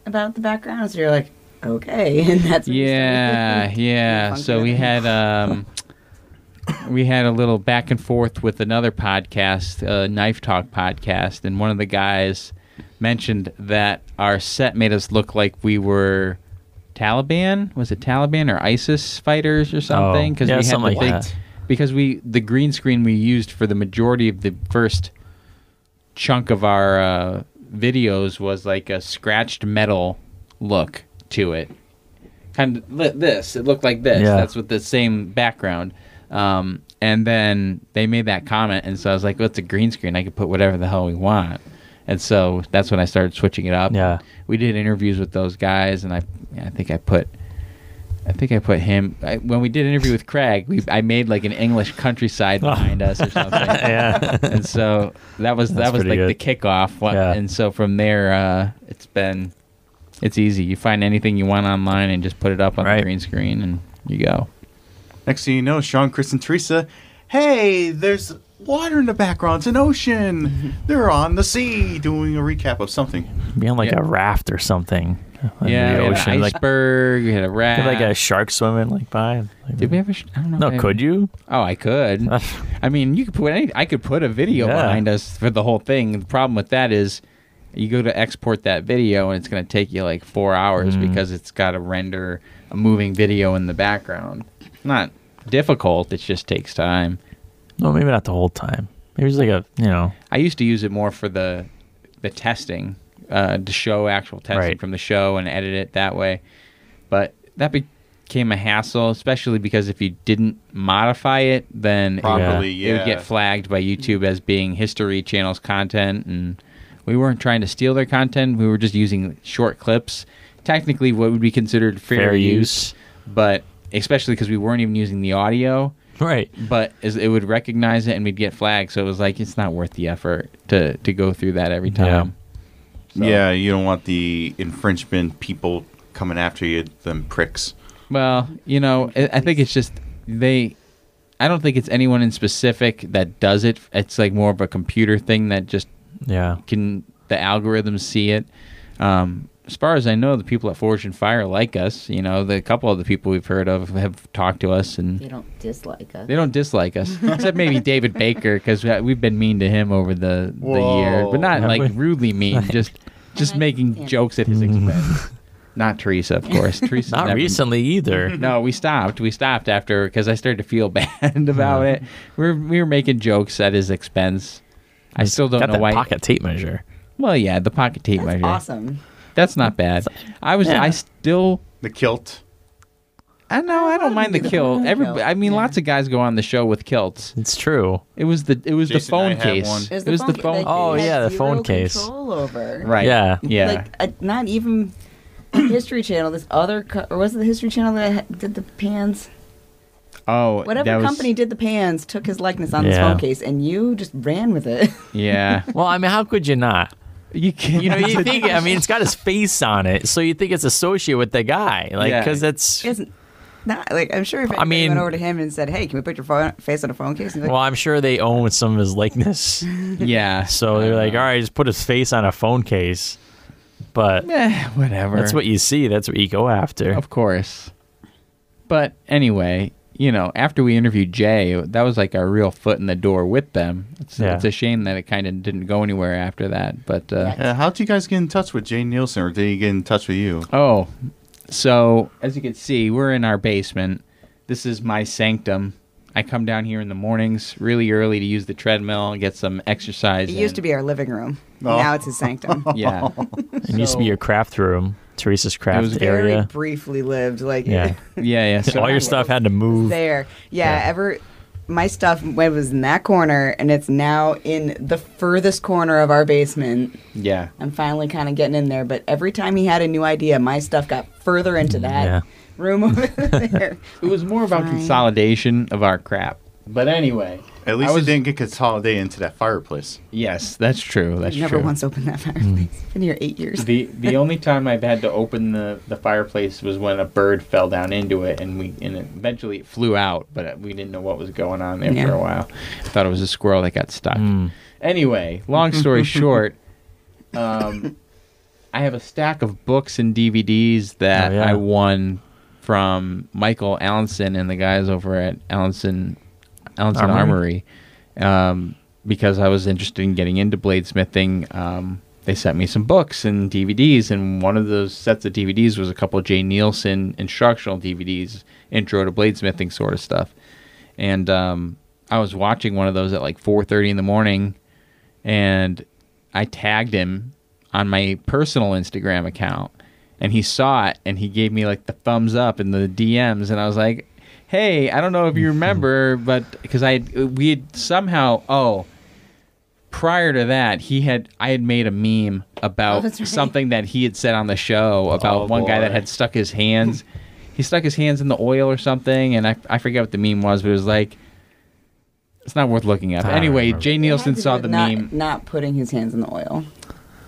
about the background, so you're like, okay, (laughs) and that's what you (laughs)
yeah
started.
yeah
Funky
so we
rhythm.
had um we had a little back and forth with another podcast uh, knife talk podcast and one of the guys mentioned that our set made us look like we were taliban was it taliban or isis fighters or something
Oh, yeah,
we had
something
the
like
big-
that.
because we the green screen we used for the majority of the first chunk of our uh, videos was like a scratched metal look to it. Kind of li- this. It looked like this.
Yeah.
That's with the same background. Um, and then they made that comment, and so I was like, "Well, it's a green screen. I could put whatever the hell we want." And so that's when I started switching it up.
Yeah.
we did interviews with those guys, and I, I think I put. I think I put him I, when we did an interview with Craig. We, I made like an English
(laughs)
countryside
Oh.
behind us or
(laughs)
something
yeah.
and so that
(laughs)
was
That's
that was
pretty
like the
good.
kickoff. What,
Yeah.
And so from there, uh, it's been it's easy. You find anything you want online and just put it up on
Right.
the green screen, and you go.
Next thing you know, Sean, Chris, and Teresa, hey, there's water in the background. It's an
(laughs)
ocean. They're on the sea doing a recap of something.
Be on like
Yeah.
a raft or something. in
yeah,
the
we had
ocean.
an
Like,
iceberg. we had a rat.
could, like a shark swimming like by. Like,
Did we ever? I don't know.
no,
if I-
could you?
Oh, I could. I mean, you could put any. I could put a video
Yeah.
behind us for the whole thing. The problem with that is, you go to export that video and it's going to take you like four hours because it's got to render a moving video in the background. Not difficult. It just takes time.
No, maybe not the whole time. Maybe it's like a you know.
I used to use it more for the the testing uh, to show actual testing
Right.
from the show and edit it that way. But that became a hassle, especially because if you didn't modify it, then it would-
Properly,
it
yeah.
would get flagged by YouTube as being History Channel's content, and we weren't trying to steal their content. We were just using short clips. Technically, what would be considered fair,
Fair use.
use, but especially because we weren't even using the audio
Right.
but is, it would recognize it and we'd get flagged. So it was like it's not worth the effort to to go through that every time. So-
Yeah, you don't want the infringement people coming after you, them pricks.
Well, you know, I, I think it's just they. I don't think it's anyone in specific that does it. It's like more of a computer thing that just
Yeah.
can the algorithms see it. Um, as far as I know, the people at Forge and Fire like us. You know, the couple of the people we've heard of have talked to us and
They don't dislike us.
They don't dislike
(laughs)
us, except maybe David Baker, because we've been mean to him over the, the
Whoa.
year, but not
Have
like
we?
rudely mean, just just
Like,
making
yeah.
jokes at his expense. not Teresa, of course. (laughs) Teresa,
Not recently (laughs) either.
No, we stopped. We stopped after because I started to feel (laughs) bad about it. We were we were making jokes at his expense. I still don't
Got
know
that
why.
pocket tape measure.
Well, yeah, the pocket tape
That's
measure.
awesome.
That's not bad. I was.
Yeah.
I still
The kilt.
I know I don't mind the kilt.
(laughs) kilt.
Every
Yeah.
I mean, lots of guys go on the show with kilts.
It's true.
It was the it was the
Jason, I
phone
had
case.
one.
It was the phone.
that
Oh,
you had
yeah, the
zero
phone case.
Control over.
Right.
Yeah.
Yeah.
Like uh, not even (clears throat) History Channel. This other co- or was it the History Channel that ha- did the pans?
oh, that
Whatever
was-
company did the pans took his likeness on this
Yeah.
phone case, and you just ran with (laughs) it.
(laughs) Yeah.
Well, I mean, how could you not?
you can.
(laughs) You know,
(laughs)
you think. I mean, it's got his face on it, so you think it's associated with the guy, like
Yeah.
because that's.
It's not like I'm sure if
I
I
mean-
went over to him and said, "Hey, can we put your phone, face on a phone case?" He's like,
Well, I'm sure they own some of his likeness, (laughs)
yeah. (laughs)
so they're like, all right, just put his face on a phone case. But
Eh, whatever.
that's what you see. That's what you go after.
Of course. But anyway, you know, after we interviewed Jay, that was like our real foot in the door with them. It's,
Yeah.
it's a shame that it kind of didn't go anywhere after that. But uh,
Yeah.
Uh, how'd you guys get in touch with Jay Nielsen, or did he get in touch with you?
Oh, so as you can see, we're in our basement. This is my sanctum. I come down here in the mornings really early to use the treadmill and get some exercise.
"It
in.
used to be our living room." Now it's his sanctum.
(laughs) Yeah.
It used to be your craft room, Teresa's craft
was
Very
area.
briefly lived.
(laughs)
Like (laughs)
Yeah.
yeah, yeah. So
All your stuff had to move.
there. Yeah, ever my stuff when it was in that corner and it's now in the furthest corner of our basement.
Yeah.
I'm finally kind of getting in there, but every time he had a new idea, my stuff got further into that
Yeah.
room over (laughs) there.
It was more about
Fine.
consolidation of our crap. But anyway.
At least
I
I
was-
didn't get consolidated into that fireplace.
Yes, that's true. That's
You never
true. Mm.
once opened that fireplace. Been here eight years.
the
(laughs)
the only time I've had to open the, the fireplace was when a bird fell down into it and we and it, eventually it flew out, but we didn't know what was going on there for
Yeah.
a while. I thought it was a squirrel that got stuck.
Hmm.
Anyway, long
(laughs)
story short, um, I have a stack of books and DVDs that
Oh, yeah.
I won from Michael Allenson and the guys over at Allenson Allenson
Armory.
Armory, um, because I was interested in getting into bladesmithing. Um, they sent me some books and DVDs, and one of those sets of DVDs was a couple of Jay Nielsen instructional DVDs, intro to bladesmithing sort of stuff. And um, I was watching one of those at like 4:30 in the morning, and I tagged him on my personal Instagram account, and he saw it and he gave me like the thumbs up in the DMs, and I was like, "Hey, I don't know if you remember, but because I had, we had somehow oh." Prior to that, he had I had made a meme
Oh,
about
that's right.
something that he had said on the show about
Oh,
one guy that
boy.
had stuck his hands, he stuck his hands in the oil or something, and I I forget what the meme was, but it was like it's not worth looking up.
I don't
Anyway,
remember.
Jay Nielsen saw the
not,
meme.
Not putting his hands in the oil.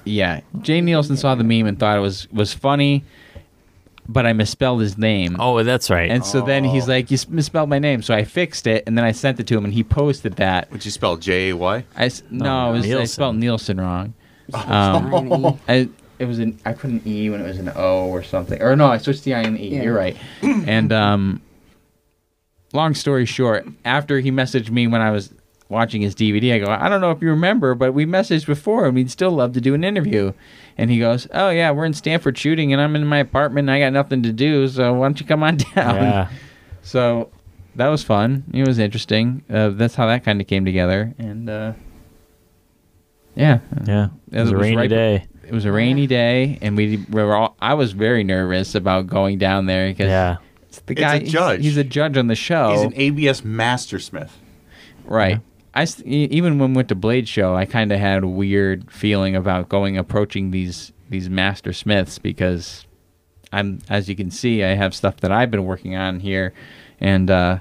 Yeah, Jay Nielsen saw the meme and thought it was was funny, but I misspelled his name.
Oh, that's right.
And so then he's like, "You s- misspelled my name," so I fixed it, and then I sent it to him, and he posted that.
Would you spell J A Y?
I s- no, it was, I
Oh, Nielsen.
spelled Nielsen wrong. Oh. (laughs)
Tiny.
I it was an I put an E when it was an O or something. Or no, I switched the I and the E.
Yeah.
You're right. and um, long story short, after he messaged me when I was watching his DVD, I go, I don't know if you remember, but we messaged before, and we'd still love to do an interview. And he goes, Oh yeah, we're in Stanford shooting, and I'm in my apartment, and I got nothing to do, so why don't you come on (laughs) down?
yeah.
So that was fun. It was interesting. Uh, that's how that kind of came together, and uh, yeah,
Yeah. It was a
it was
rainy
right-
day.
it was a rainy day, and we were all. I was very nervous about going down there because
Yeah.
the
It's
guy
a judge.
He's, he's a judge on the show,
He's an ABS mastersmith.
right? I s- e- even when we went to Blade Show, I kind of had a weird feeling about going approaching these these master smiths because I'm as you can see, I have stuff that I've been working on here, and uh,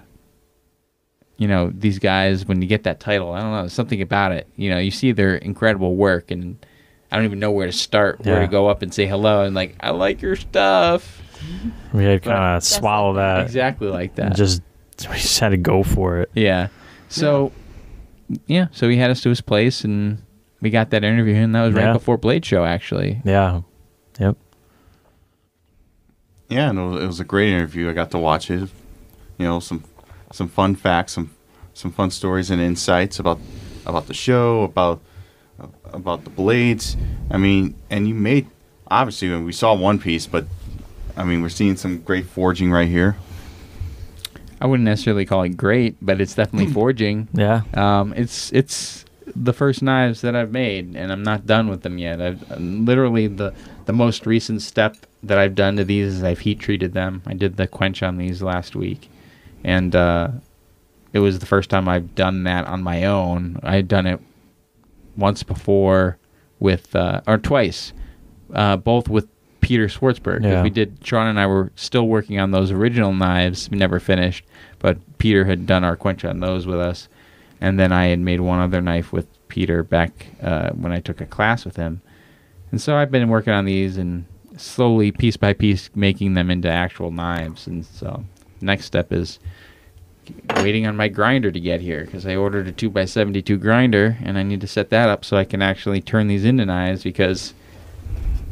you know these guys when you get that title, I don't know something about it. You know, you see their incredible work, and I don't even know where to start, where
Yeah.
to go up and say hello, and like I like your stuff,
We had to kind of swallow that.
exactly like that.
And Uh, just we just had to go for it.
Yeah. So, yeah. So he had us to his place, and we got that interview, and that was right
Yeah.
before Blade Show, actually.
Yeah. Yep.
Yeah, and it was, it was a great interview. I got to watch it. You know, some some fun facts, some some fun stories and insights about about the show, about about the blades. I mean, and you made obviously we saw one piece, but I mean, we're seeing some great forging right here.
I wouldn't necessarily call it great, but it's
(clears throat)
definitely forging.
Yeah.
Um, it's it's the first knives that I've made, and I'm not done with them yet. I've I'm literally the the most recent step that I've done to these is I've heat treated them. I did the quench on these last week, and uh, it was the first time I've done that on my own. I had done it once before with uh, or twice, uh, both with Peter Schwartzberg. 'cause
Yeah.
We did. Sean and I were still working on those original knives. We never finished, but Peter had done our quench on those with us, and then I had made one other knife with Peter back uh, when I took a class with him, and so I've been working on these and slowly, piece by piece, making them into actual knives. And so, next step is waiting on my grinder to get here because I ordered a 2x72 grinder and I need to set that up so I can actually turn these into knives because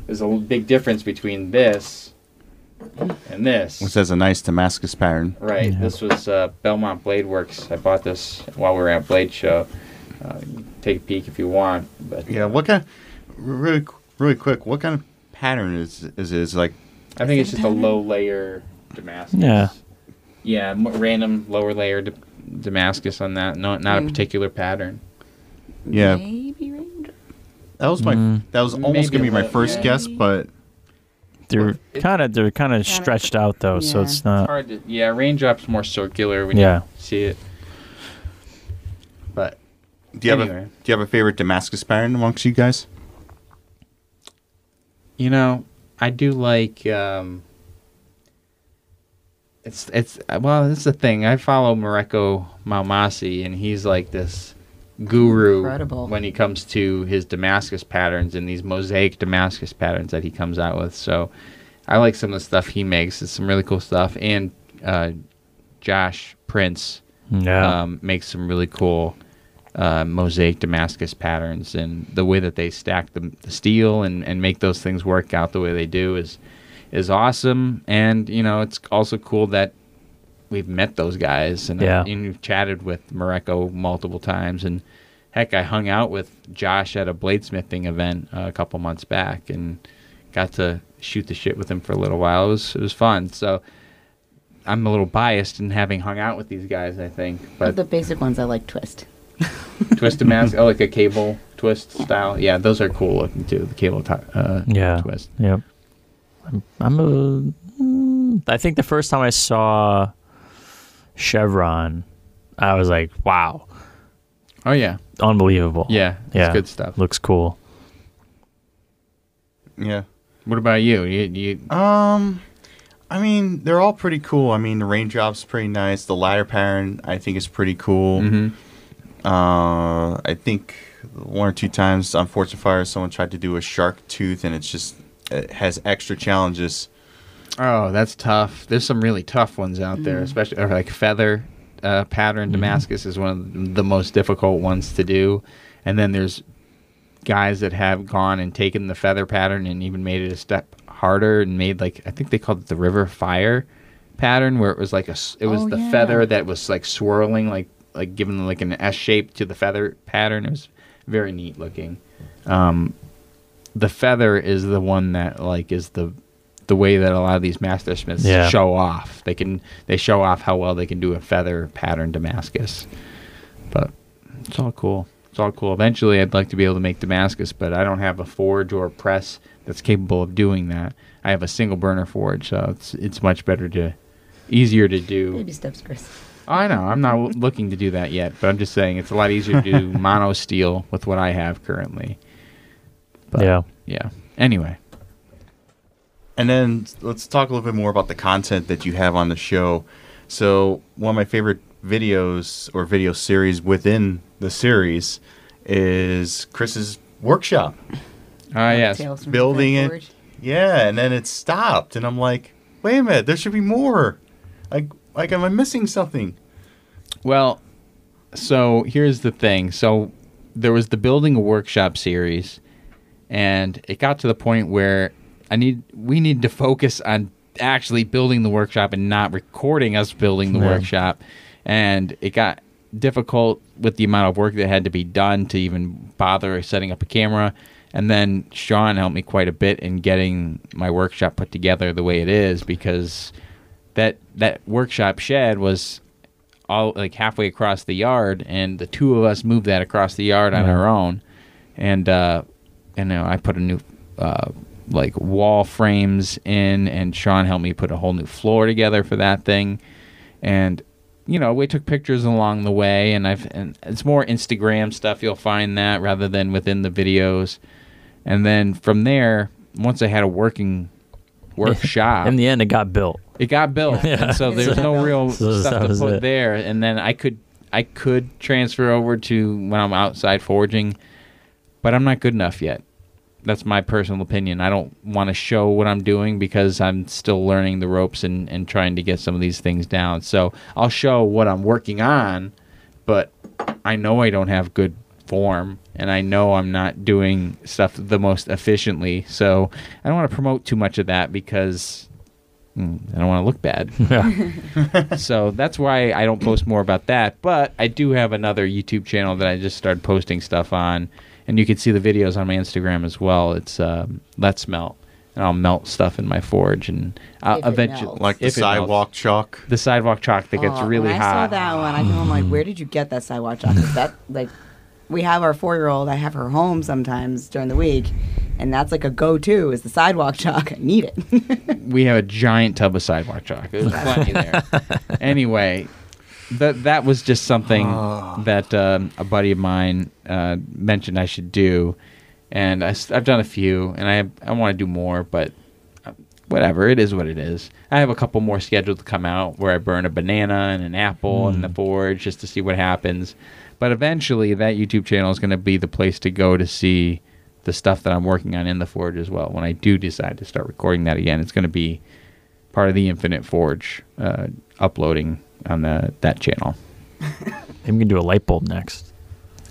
there's a big difference between this and this.
Which has a nice Damascus pattern.
Right. This was uh, Belmont Blade Works. I bought this while we were at Blade Show. Uh, take a peek if you want. But
Yeah, what kind? Really, qu- really quick. What kind of pattern is is it? Is it like
I think it's just a low layer Damascus.
Yeah.
Yeah, m- random lower layer d- Damascus on that. No, not a particular pattern.
yeah,
Maybe ranger.
That was my that was
Maybe
almost gonna be
a
my
little-
first guess, but
They're kind of they're kind of stretched out though, so
Yeah.
it's
It's
not.
hard to, yeah, raindrops more circular when
Yeah.
you see it. But
do you have a
Anyway.
do you have a favorite Damascus pattern amongst you guys?
you know, I do like um it's it's well, this is the thing. I follow Mareko Malmasi and he's like this guru
Incredible.
when he comes to his Damascus patterns and these mosaic Damascus patterns that he comes out with. So I like some of the stuff he makes. It's some really cool stuff and uh Josh Prince
Yeah.
um, makes some really cool uh, mosaic Damascus patterns, and the way that they stack the, the steel and, and make those things work out the way they do is is awesome. And you know, it's also cool that we've met those guys and,
Yeah.
and we've chatted with Mareko multiple times. And heck, I hung out with Josh at a bladesmithing event uh, a couple months back and got to shoot the shit with him for a little while. It was it was fun. So. I'm a little biased in having hung out with these guys, I think. But
Of the basic ones I like twist.
(laughs) twist a mask, oh, like a cable twist style. Yeah, those are cool looking too. The cable ti uh,
yeah.
twist.
Yep. I'm, I'm a. mm, I think the first time I saw Chevron, I was like, "Wow,
Oh yeah,
unbelievable!"
yeah, it's
yeah,
good stuff.
Looks cool.
Yeah.
What about you? You, you
Um, I mean, they're all pretty cool. I mean, the raindrops pretty nice. The ladder pattern I think is pretty cool.
Mhm.
Uh, I think one or two times on Fortune Fire, someone tried to do a shark tooth, and it's just it has extra challenges.
oh, that's tough. There's some really tough ones out
Mm.
there, especially or like feather uh, pattern.
Mm-hmm.
Damascus is one of the most difficult ones to do, and then there's guys that have gone and taken the feather pattern and even made it a step harder and made like I think they called it the river fire pattern where it was like a s- it was
Oh,
the
yeah.
feather that was like swirling like like giving like an S shape to the feather pattern. It was very neat looking. Um, the feather is the one that like is the the way that a lot of these mastersmiths
Yeah.
show off. They can they show off how well they can do a feather pattern Damascus. But it's all cool. It's all cool. Eventually, I'd like to be able to make Damascus, but I don't have a forge or a press that's capable of doing that. I have a single burner forge, so it's it's much better to, easier to do. Oh,
Baby steps, Chris.
I know I'm not w- looking to do that yet, but I'm just saying it's a lot easier to do mono steel with what I have currently.
yeah.
Yeah. Anyway,
And then let's talk a little bit more about the content that you have on the show. So, one of my favorite videos or video series within the series is Chris's workshop.
ah yes,
Tales from the
building
Grand
it.
Forge.
Yeah, and then it stopped, and I'm like, wait a minute, there should be more. Like, like, am I missing something?
Well, so here's the thing. So there was the building a workshop series, and it got to the point where I need we need to focus on actually building the workshop and not recording us building the
Yeah.
workshop. And it got difficult with the amount of work that had to be done to even bother setting up a camera. And then Sean helped me quite a bit in getting my workshop put together the way it is because that that workshop shed was all like halfway across the yard, and the two of us moved that across the yard on our own, and uh, and you know, I put a new uh, like wall frames in, and Sean helped me put a whole new floor together for that thing, and you know we took pictures along the way, and I've and it's more Instagram stuff. You'll find that rather than within the videos, and then from there, once I had a working workshop
(laughs) In the end, it got built.
it
(laughs)
got built, and so
It
there's
got
no
built.
real
So that
stuff to
was
put
it.
there. And then I could I could transfer over to when I'm outside foraging, but I'm not good enough yet. That's my personal opinion. I don't want to show what I'm doing because I'm still learning the ropes and, and trying to get some of these things down. So I'll show what I'm working on, but I know I don't have good form and I know I'm not doing stuff the most efficiently. So I don't want to promote too much of that because mm, I don't want to
(laughs)
look bad. (laughs) so that's why I don't post more about that. But I do have another YouTube channel that I just started posting stuff on, and you can see the videos on my Instagram as well. It's um, Let's Melt, and I'll melt stuff in my forge, and I'll
If it
eventually
melts.
Like the
If it melts.
sidewalk chalk.
the sidewalk chalk that gets
Oh,
really
when
hot. (sighs)
I saw that one. I know I'm like, where did you get that sidewalk chocolate? That like we have our four year old. I have her home sometimes during the week, and that's like a go to is the sidewalk chalk. I need it.
we have a giant tub of sidewalk chalk. There's plenty there. (laughs) Anyway, that that was just something that um, a buddy of mine uh, mentioned I should do, and I, have done a few, and I I want to do more, but uh, whatever it is, what it is. I have a couple more scheduled to come out where I burn a banana and an apple and the board just to see what happens. But eventually, that YouTube channel is going to be the place to go to see the stuff that I'm working on in the Forge as well. When I do decide to start recording that again, it's going to be part of the Infinite Forge uh, uploading on the that channel.
Maybe we can do a light bulb next.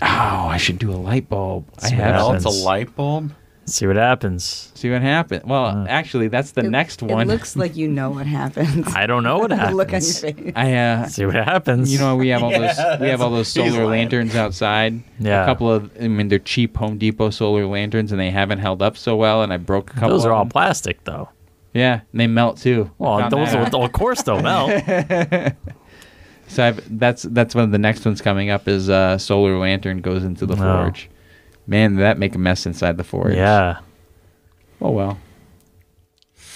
Oh, I should do a light bulb. I
Smell.
have.
Well, it's a
light bulb.
See what happens.
See what happens. Well, actually, that's the
It-
(laughs) next one.
It looks like you know what happens.
(laughs)
I don't know what
The
happens.
(laughs) look on your face.
I uh,
See what happens.
you know
(laughs)
we have all those we have all those
he's
solar
lying.
lanterns outside.
Yeah.
a couple of I mean they're cheap Home Depot solar lanterns and they haven't held up so well. And I broke a couple.
those
of
are all
them.
plastic though.
yeah, and they melt too. I
Well,
found
those
that out.
will, of course
(laughs)
they'll melt.
So I've, that's that's one of the next ones coming up is uh, solar lantern goes into the
Wow.
forge. Man, that make a mess inside the forge.
yeah,
Oh well,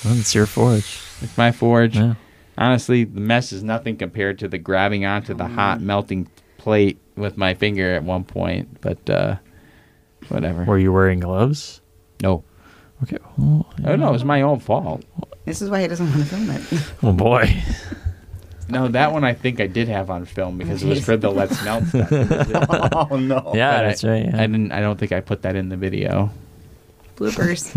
Well, it's your forge.
it's my forge.
Yeah.
Honestly, the mess is nothing compared to the grabbing onto the hot melting plate with my finger at one point. But uh, whatever.
Were you wearing gloves?
no.
Okay. Well,
Oh no, it was my own fault.
This is why he doesn't want to film it.
(laughs) oh boy.
No, that one I think I did have on film because it was for the
(laughs)
let's melt stuff.
(laughs) Oh no.
yeah,
But I-
that's right.
I
Yeah.
didn't. I don't think I put that in the video. (laughs)
Bloopers.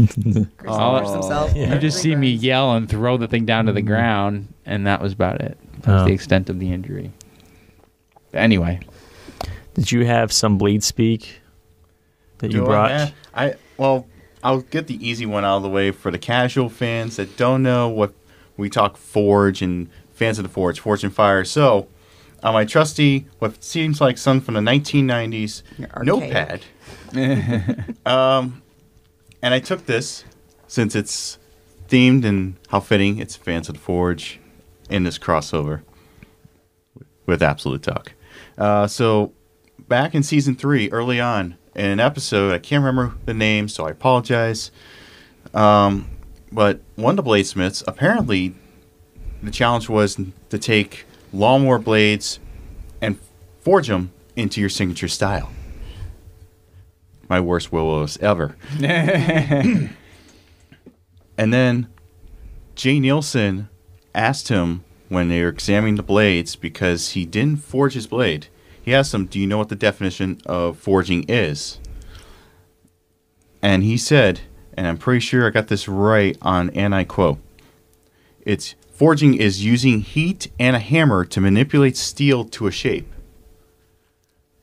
Chris
Oh.
bloopers himself.
You just see me yell and throw the thing down to the ground, and that was about it. That was
Mm-hmm. Oh.
the extent of the injury. Anyway,
Did you have some bleed speak that you
Do I
brought?
have- I well, I'll get the easy one out of the way for the casual fans that don't know what we talk Forge and fans of the Forge, Forge and Fire. So, on my trusty, what seems like some from the 1990s
You're archaic.
notepad. um, and I took this since it's themed and how fitting it's fans of the Forge in this crossover with Absolute Talk. Uh, so back in season three, early on, in an episode, I can't remember the name, so I apologize. Um, but one of the bladesmiths, apparently, the challenge was to take lawnmower blades and forge them into your signature style. My worst willows ever. and then Jay Nielsen asked him when they were examining the blades because he didn't forge his blade. He asked him, Do you know what the definition of forging is? And he said, and I'm pretty sure I got this right on and I quote It's forging is using heat and a hammer to manipulate steel to a shape.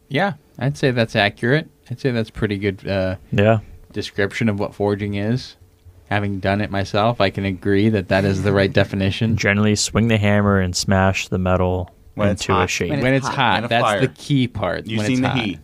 yeah, I'd say that's accurate. I'd say that's pretty good uh,
Yeah.
description of what forging is. Having done it myself, I can agree that that is the right definition.
Generally, swing the hammer and smash the metal
When it's
into a
hot.
shape.
When
When it's hot,
And a
that's
fire.
the key part. when
Using
it's
the
hot.
heat.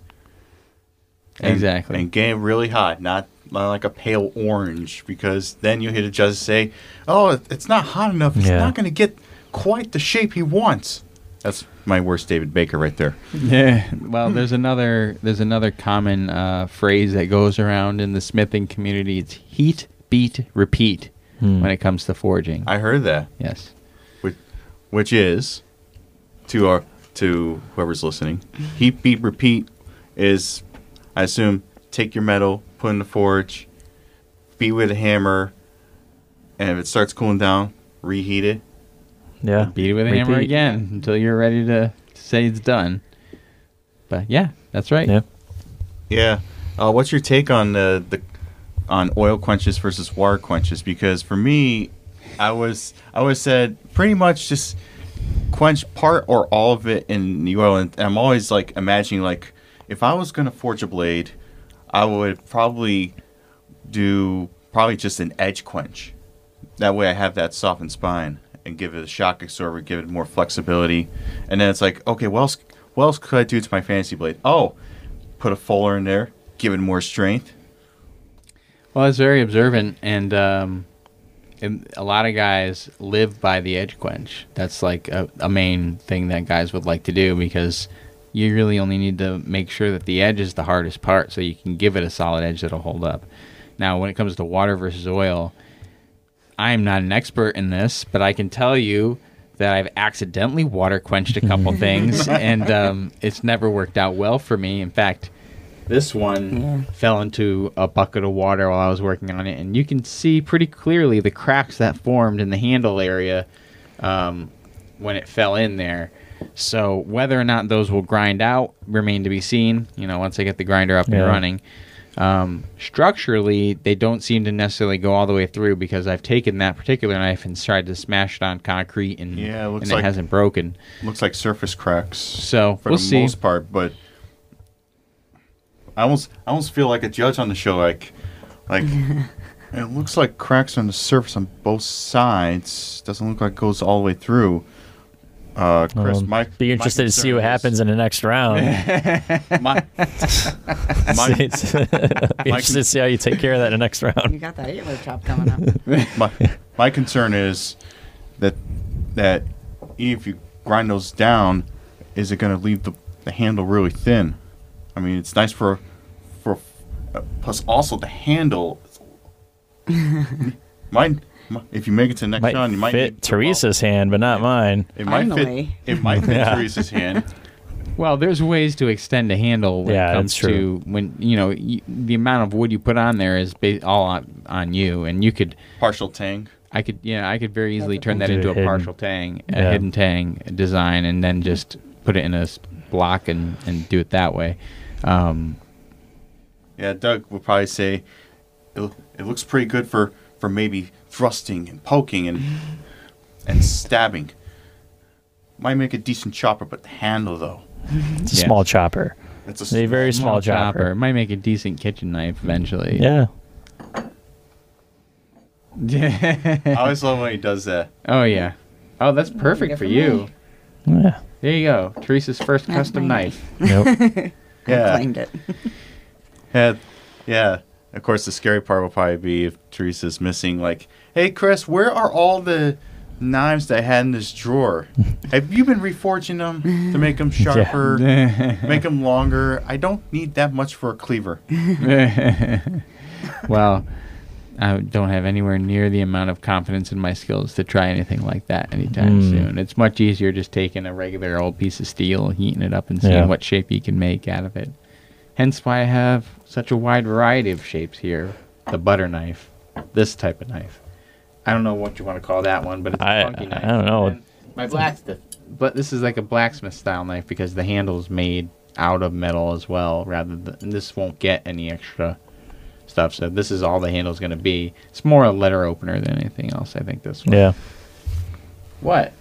And-
Exactly.
And get it really hot, not not like a pale orange, because then you hit a judge and say, "Oh, it- it's not hot enough. It's
Yeah.
not going to get quite the shape he wants." That's my worst David Baker right there.
Yeah. Well, there's another there's another common uh, phrase that goes around in the smithing community. It's heat, beat, repeat when it comes to forging.
I heard that,
yes.
which, which is to our to whoever's listening, heat beat repeat is, I assume, take your metal, put in the forge, beat with a hammer, and if it starts cooling down, reheat it.
yeah.
Beat it with a hammer
Repeat.
again until you're ready to say it's done. But yeah, that's right.
Yeah.
Yeah. Uh, what's your take on the, the on oil quenches versus water quenches? Because for me, I was I always said pretty much just quench part or all of it in the oil, and I'm always like imagining like if I was gonna forge a blade, I would probably do probably just an edge quench. That way, I have that softened spine and give it a shock absorber, give it more flexibility, and then it's like, okay, what else? What else could I do to my fantasy blade? Oh, put a fuller in there, give it more strength.
Well, it's very observant, and, um, and a lot of guys live by the edge quench. That's like a, a main thing that guys would like to do because you really only need to make sure that the edge is the hardest part so you can give it a solid edge that'll hold up. Now, when it comes to water versus oil, I am not an expert in this, but I can tell you that I've accidentally water quenched a couple things, and um, it's never worked out well for me. In fact, this one fell into a bucket of water while I was working on it, and you can see pretty clearly the cracks that formed in the handle area um, when it fell in there. So whether or not those will grind out remain to be seen. You know, once I get the grinder up
Yeah.
and running. Um, structurally, they don't seem to necessarily go all the way through because I've taken that particular knife and tried to smash it on concrete and
Yeah, it looks
and
like-
it hasn't broken.
Looks like surface cracks.
So,
for
we'll
the
see.
most part, but I almost I almost feel like a judge on the show. Like,
(laughs)
like it looks like cracks on the surface on both sides. Doesn't look like it goes all the way through. Uh, Chris,
Um,
my
be
my
interested to see
concern
what
is-
happens in the next (laughs) round.
My, (laughs)
be
my,
(laughs) interested to see how you take care of that in the next
You
round.
got that antler chop
(laughs)
coming up.
my, my concern is that that if you grind those down, is it going to leave the, the handle really thin? I mean, it's nice for for uh, plus also the handle. might mi- if you make it to the next
Might
round, you might
fit
need to-
Teresa's hand, but not mine.
It might
Finally.
fit. It might fit
(laughs) Yeah.
Teresa's hand.
Well, there's ways to extend a handle when
Yeah,
it comes
that's true.
to when you know y the amount of wood you put on there is ba- all on, on you, and you could,
Partial tang.
I could, yeah, I could very easily
That's a
turn that
Do
into
a
a
hidden-
partial tang, a
Yeah.
hidden tang design, and then just put it in a s- block and and do it that way. Um,
Yeah, Doug will probably say it, loo- it looks pretty good for for maybe thrusting and poking and and stabbing. Might make a decent chopper, but the handle though,
It's a
Yeah.
small chopper.
it's a
A
s-
very small, chopper.
might make a decent kitchen knife eventually.
Yeah.
(laughs)
(laughs)
I always love when he does that.
Oh yeah. Oh, that's perfect
good
for
for
you.
me.
Yeah.
There you go. Teresa's first
That's
custom
my
knife.
Nope.
I
Yeah,
claimed it.
yeah, yeah. Of course, the scary part will probably be if Teresa's missing. Like, hey, Chris, where are all the knives that I had in this drawer? Have you been reforging them to make them sharper, make them longer? I don't need that much for a cleaver.
well, I don't have anywhere near the amount of confidence in my skills to try anything like that anytime
Mm.
soon. It's much easier just taking a regular old piece of steel, heating it up, and seeing
Yeah.
what shape you can make out of it. Hence why I have such a wide variety of shapes here. The butter knife, this type of knife. I don't know what you want to call that one, but it's a
I-
funky
I
knife.
don't know.
And My blacksmith, but this is like a blacksmith style knife because the handle's made out of metal as well. Rather than and this won't get any extra stuff. So this is all the handle's going to be. It's more a letter opener than anything else. I think this one.
yeah.
What?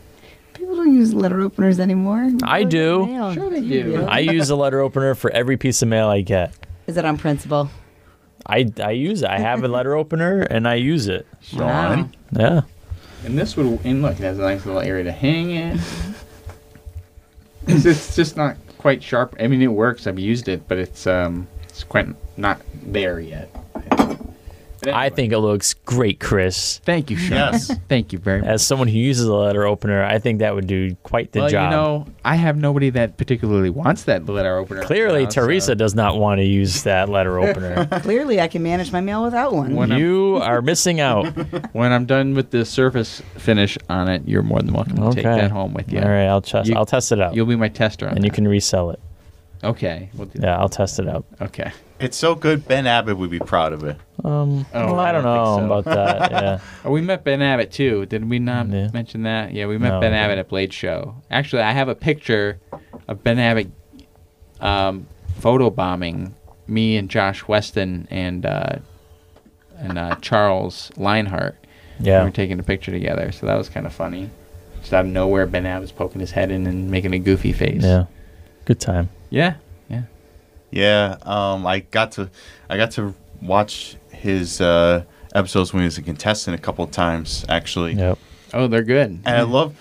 People don't use letter openers anymore.
I
Really?
do.
Mail.
Sure they
You
do.
I use a letter opener for every piece of mail I get.
Is it on principle?
I, I use it. I have a letter opener and I use it.
Wow.
Yeah.
And this would and look, it has a nice little area to hang it. it's, it's just not quite sharp. I mean, it works. I've used it, but it's um, it's quite not there yet. But
I
anyway.
think it looks great, Chris.
Thank you, Sean.
Yes.
Thank you very much.
As someone who uses a letter opener, I think that would do quite the
well,
job.
you know, I have nobody that particularly wants that letter opener.
Clearly,
now, so-
Teresa does not want to use that
(laughs)
letter opener.
Clearly, I can manage my mail without one.
When I'm-
you are missing
(laughs)
out.
When I'm done with the surface finish on it, you're more than welcome to
Okay.
take that home with you.
All right, I'll test.
You-
I'll test it out,
You'll be my tester on
Oh. and you
that.
can resell it.
Okay. We'll do
Yeah, I'll test it out.
that. Okay.
It's so good. Ben Abbott would be proud of it.
Um,
Oh,
well,
I
I don't
don't
know
think so.
about
(laughs)
that. Yeah,
Oh, we met Ben Abbott too. Did we not
Yeah.
mention that? Yeah, we met
No,
Ben
we
Abbott
didn't.
at Blade Show. Actually, I have a picture of Ben Abbott um, photo bombing me and Josh Weston and uh, and uh, Charles Linehart. We
yeah.
were taking a picture together, so that was kind of funny. Just out of nowhere, Ben Abbott's poking his head in and making a goofy face.
yeah. Good time.
Yeah. Yeah.
Yeah, um, I got to I got to watch his uh, episodes when he was a contestant a couple times actually.
Yep.
Oh, they're good.
And I love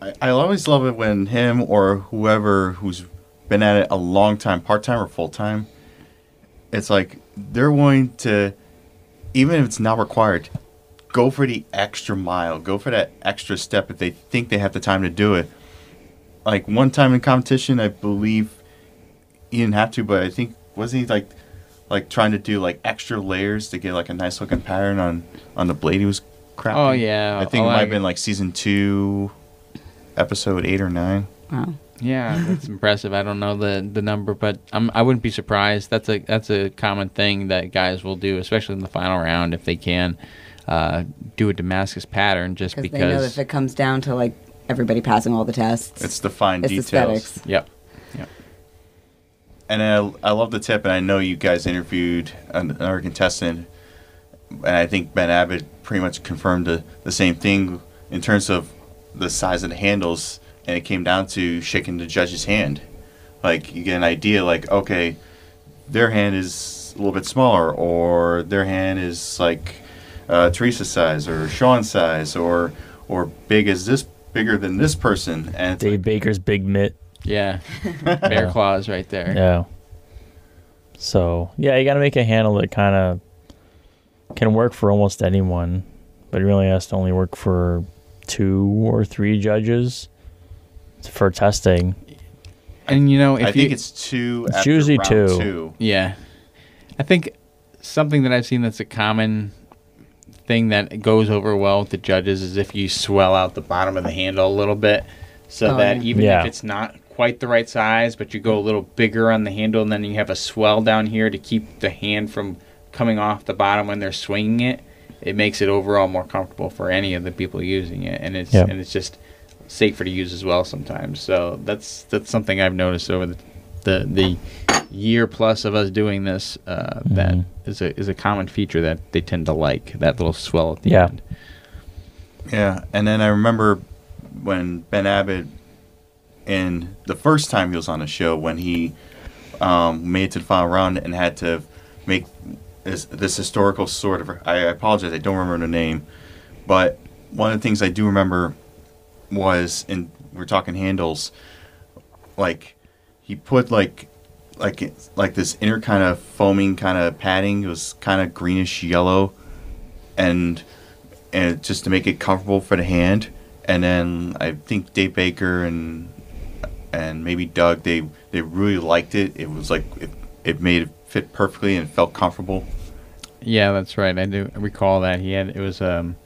I, I always love it when him or whoever who's been at it a long time, part time or full time, it's like they're willing to even if it's not required, go for the extra mile, go for that extra step if they think they have the time to do it. Like one time in competition, I believe he didn't have to, but I think wasn't he like like trying to do like extra layers to get like a nice looking pattern on on the blade he was crafting.
Oh, yeah.
I think
Oh,
it might
I-
have been like season two, episode eight or nine.
Wow. (laughs)
Yeah, that's impressive. I don't know the the number, but I'm, I wouldn't be surprised. That's a that's a common thing that guys will do, especially in the final round if they can uh, do a Damascus pattern, just
Because they know
because.
if it comes down to like everybody passing all the tests,
It's the fine
it's
details.
aesthetics.
yep.
And I, I love the tip, and I know you guys interviewed an- another contestant, and I think Ben Abbott pretty much confirmed the, the same thing in terms of the size of the handles, and it came down to shaking the judge's hand. Like, you get an idea, like, okay, their hand is a little bit smaller, or their hand is like uh, Teresa's size, or Sean's size, or or big as this, bigger than this person. And it's
Dave Baker's big mitt.
(laughs)
Yeah. Bear claws right there.
Yeah. So yeah, you got to make a handle that kind of can work for almost anyone, but it really has to only work for two or three judges for testing.
And you know, if
I
you,
think it's two.
It's
after
usually
round
two.
two.
Yeah. I think something that I've seen that's a common thing that goes over well with the judges is if you swell out the bottom of the handle a little bit so
Oh,
that
yeah.
even
Yeah.
if it's not quite the right size, but you go a little bigger on the handle and then you have a swell down here to keep the hand from coming off the bottom when they're swinging it, it makes it overall more comfortable for any of the people using it. And it's
Yeah.
and it's just safer to use as well sometimes. So that's that's something I've noticed over the the, the year plus of us doing this uh, that is a is a common feature that they tend to like that little swell at the
Yeah.
end.
Yeah, and then I remember when Ben Abbott, in the first time he was on the show, when he um, made it to the final round and had to make this, this historical sort of. I apologize, I don't remember the name, but one of the things I do remember was, and we're talking handles, like he put like like it's- like this inner kind of foaming kind of padding. It was kind of greenish yellow, and and just to make it comfortable for the hand. And then I think Dave Baker and and maybe Doug they they really liked it. It was like it, it made it fit perfectly and felt comfortable.
Yeah, that's right. I do recall that he had it was um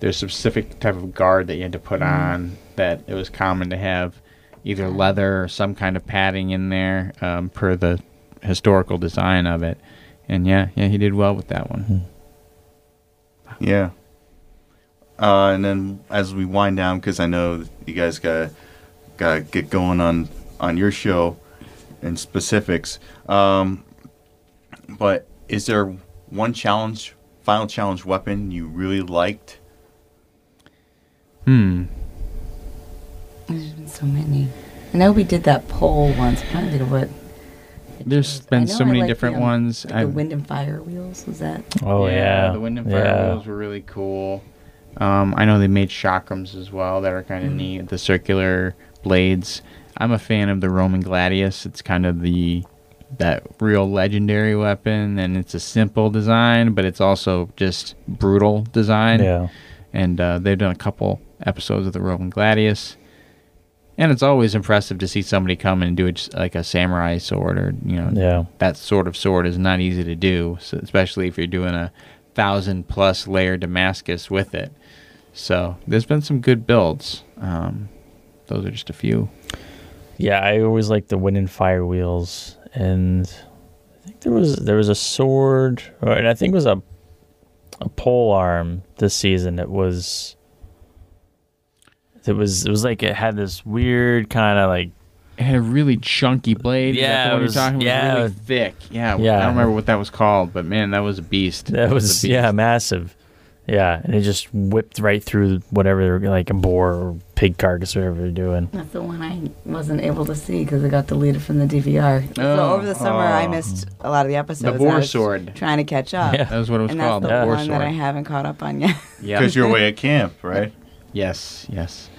there's a specific type of guard that you had to put on that it was common to have either leather or some kind of padding in there um, per the historical design of it. And yeah, yeah, he did well with that one.
Yeah. Uh, and then as we wind down, because I know you guys got got to get going on on your show and specifics. Um, but is there one challenge, final challenge weapon you really liked?
Hmm.
There's been so many. I know we did that poll once. I'm trying to think of what.
There's
I
been
know
so
I
many
like
different
the, um,
ones.
Like the
I've-
wind and fire wheels was that?
Oh yeah,
the wind and fire
yeah.
wheels were really cool. Um, I know they made chakrams as well that are
Mm-hmm.
kind of neat. The circular blades. I'm a fan of the Roman gladius. It's kind of the that real legendary weapon, and it's a simple design, but it's also just brutal design.
Yeah.
And uh, they've done a couple episodes of the Roman gladius. And it's always impressive to see somebody come and do it just like a samurai sword or you know
Yeah.
that sort of sword is not easy to do, so especially if you're doing a thousand plus layer Damascus with it. So there's been some good builds. Um, those are just a few.
Yeah, I always liked the wind and fire wheels, and I think there was there was a sword, or, and I think it was a a pole arm this season. It was it was it was like it had this weird kind of like
It had a really chunky blade. Is that
Yeah,
the
it
one
was-
you're talking about?
yeah,
It
it
was
was-
really thick. Yeah, I
yeah.
don't remember what that was called, but man, that was a beast.
that
That
was
a beast.
yeah massive, yeah, and it just whipped right through whatever they were like a boar or pig carcass or whatever they're doing.
That's the one I wasn't able to see because it got deleted from the DVR.
Oh.
so over the summer, I
Oh.
missed a lot of the episodes. and I
boar
was
sword.
Trying to catch up.
Yeah.
That was what it was
And that's
called.
the
war
one
sword.
that I haven't caught up on yet. (laughs)
yeah.
Because you're away at camp, right?
Yes, yes.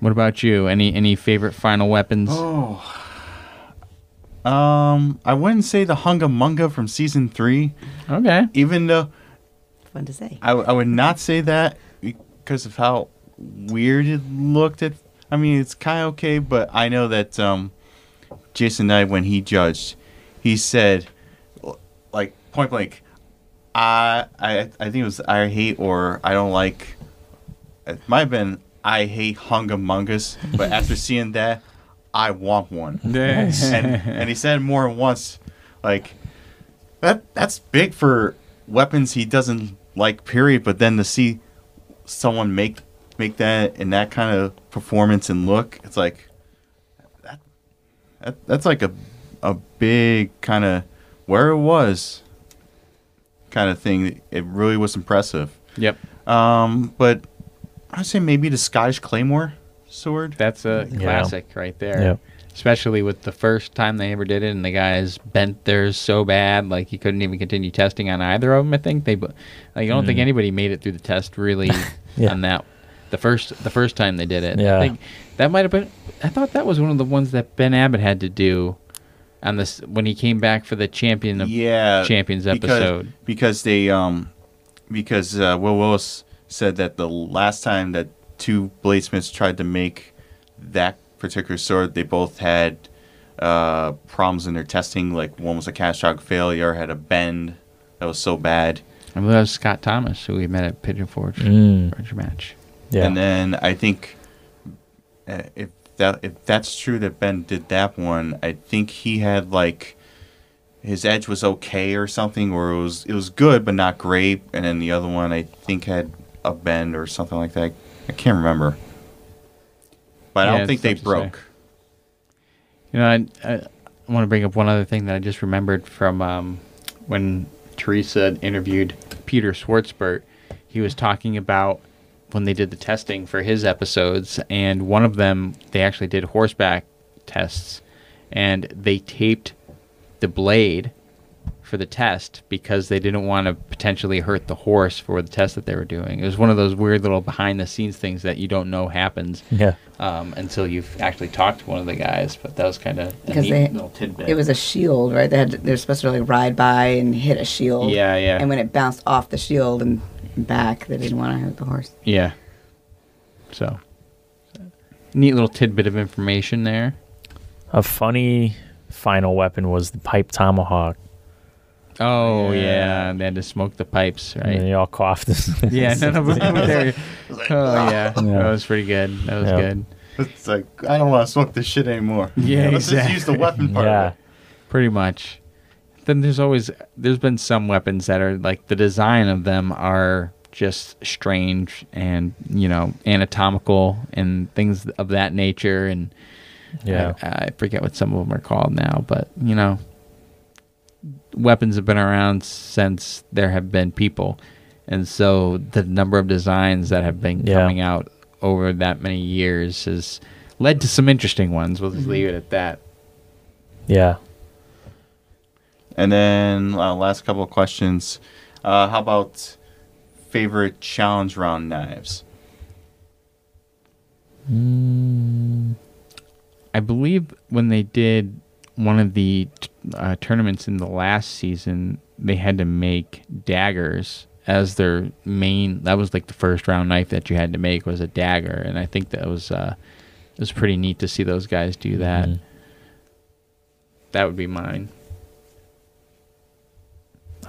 What about you? Any any favorite final weapons?
Oh. Um, I wouldn't say the Hungamunga from season three,
Okay.
even though
Fun to say.
I, I would not say that because of how weird it looked. At I mean, it's kind of okay, but I know that um, Jason Knight when he judged. He said, l- like point blank, I I I think it was I hate or I don't like. It might have been I hate Hungamongus, but after seeing that, I want one. and and he said more than once, like that that's big for weapons he doesn't like. Period. But then to see someone make make that in that kind of performance and look, it's like that, that's like a a big kind of where it was kind of thing. It really was impressive.
Yep.
Um, but I'd say maybe the Scottish Claymore sword.
That's a
Yeah.
classic right there.
Yep.
Especially with the first time they ever did it, and the guys bent theirs so bad, like you couldn't even continue testing on either of them. I think they, bu- like, I don't think anybody made it through the test really
Mm-hmm. (laughs) Yeah.
on that. The first, the first time they did it,
Yeah.
I think that might have been. I thought that was one of the ones that Ben Abbott had to do on this when he came back for the champion of
yeah
Champions episode.
because they um because uh, Will Willis said that the last time that two bladesmiths tried to make that particular sword, they both had uh, problems in their testing. Like one was a catastrophic failure, had a bend that was so bad,
I believe that was Scott Thomas, who we met at Pigeon Forge
Mm.
Forge match.
Yeah.
and then I think uh, if that if that's true that Ben did that one, I think he had like his edge was okay or something, or it was it was good but not great, and then the other one I think had a bend or something like that. I can't remember, but I
Yeah,
don't think
it's
they
tough to say.
broke. (laughs)
You know, I, I, I want to bring up one other thing that I just remembered from um, when Teresa interviewed Peter Schwartzbert. He was talking about when they did the testing for his episodes, and one of them, they actually did horseback tests, and they taped the blade for the test because they didn't want to potentially hurt the horse for the test that they were doing. It was one of those weird little behind the scenes things that you don't know happens
yeah.
um, until you've actually talked to one of the guys. But that was kind of a
Because
neat
they-
little tidbit.
It was a shield, right? They had they're supposed to like ride by and hit a shield.
Yeah, yeah.
And when it bounced off the shield and, and back, they didn't want to hurt the horse.
yeah. So neat little tidbit of information there.
A funny final weapon was the pipe tomahawk.
Oh yeah, and they had to smoke the pipes,
And
right?
they all coughed.
(laughs)
(laughs)
Yeah, none of them were there. (laughs) Oh yeah. that
Yeah.
was pretty good. That was
Yeah.
good.
It's like I don't want to smoke this shit anymore.
(laughs) Yeah,
let's just use the weapon part.
yeah.
Of it.
Pretty much. Then there's always there's been some weapons that are like the design of them are just strange and you know anatomical and things of that nature and
Yeah.
I, I forget what some of them are called now, but you know, weapons have been around since there have been people, and so the number of designs that have been
Yeah.
coming out over that many years has led to some interesting ones. We'll just leave it at that.
Yeah.
And then uh, last couple of questions. Uh, how about favorite challenge round knives?
I believe when they did one of the t- uh, tournaments in the last season, they had to make daggers as their main. That was like the first round knife that you had to make was a dagger, and I think that was uh, it was pretty neat to see those guys do that. That would be mine.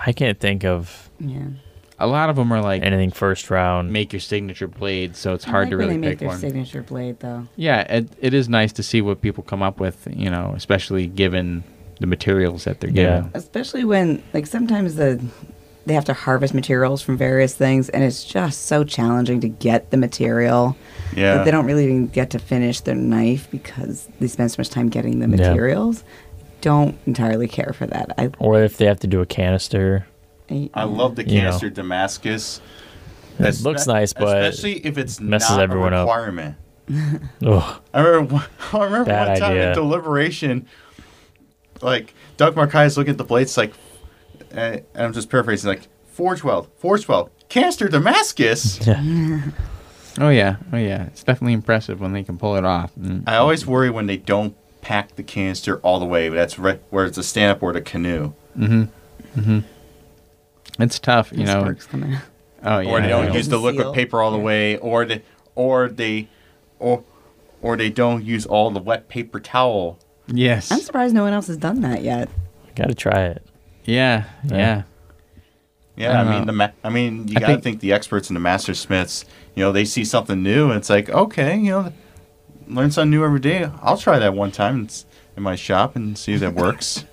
I can't think of
Yeah.
A lot of them are like
anything first round.
make your signature blade, so it's
I
hard
like
to
when
really
they make
pick
their
one.
signature blade though.
yeah, it, it is nice to see what people come up with, you know, especially given the materials that they're
Yeah.
given.
especially when like sometimes the they have to harvest materials from various things and it's just so challenging to get the material
Yeah.
that they don't really even get to finish their knife because they spend so much time getting the
Yeah.
materials don't entirely care for that i,
Or if they have to do a canister.
I,
I love the
You know.
canister Damascus.
It looks nice, but
especially if it's
messes
not
everyone
a
up.
requirement.
Ugh. (laughs)
I remember, (laughs) one, I remember
Bad
one time in
idea.
deliberation, like Doug Marcai's looking at the blades, like, uh, and I'm just paraphrasing, like, 412, 412, canister Damascus.
Yeah.
Oh yeah, oh yeah. It's definitely impressive when they can pull it off. Mm.
I always worry when they don't pack the canister all the way. But that's right where it's a stand up or the canoe,
It's tough, you know.
sparks coming out.
Oh yeah.
or they
I
don't
know.
use the liquid
Seal.
paper all the
Yeah.
way, or the, or they, or, or they don't use all the wet paper towel
Yes.
I'm surprised no one else has done that yet.
Gotta try it.
yeah, yeah.
Yeah.
Yeah,
I
I
don't
mean
know.
the ma- I mean you
Uh-huh. I
got to
think-
think the experts and the master smiths. You know, they see something new and it's like, okay, you know, learn something new every day. I'll try that one time in, s- in my shop and see if that works.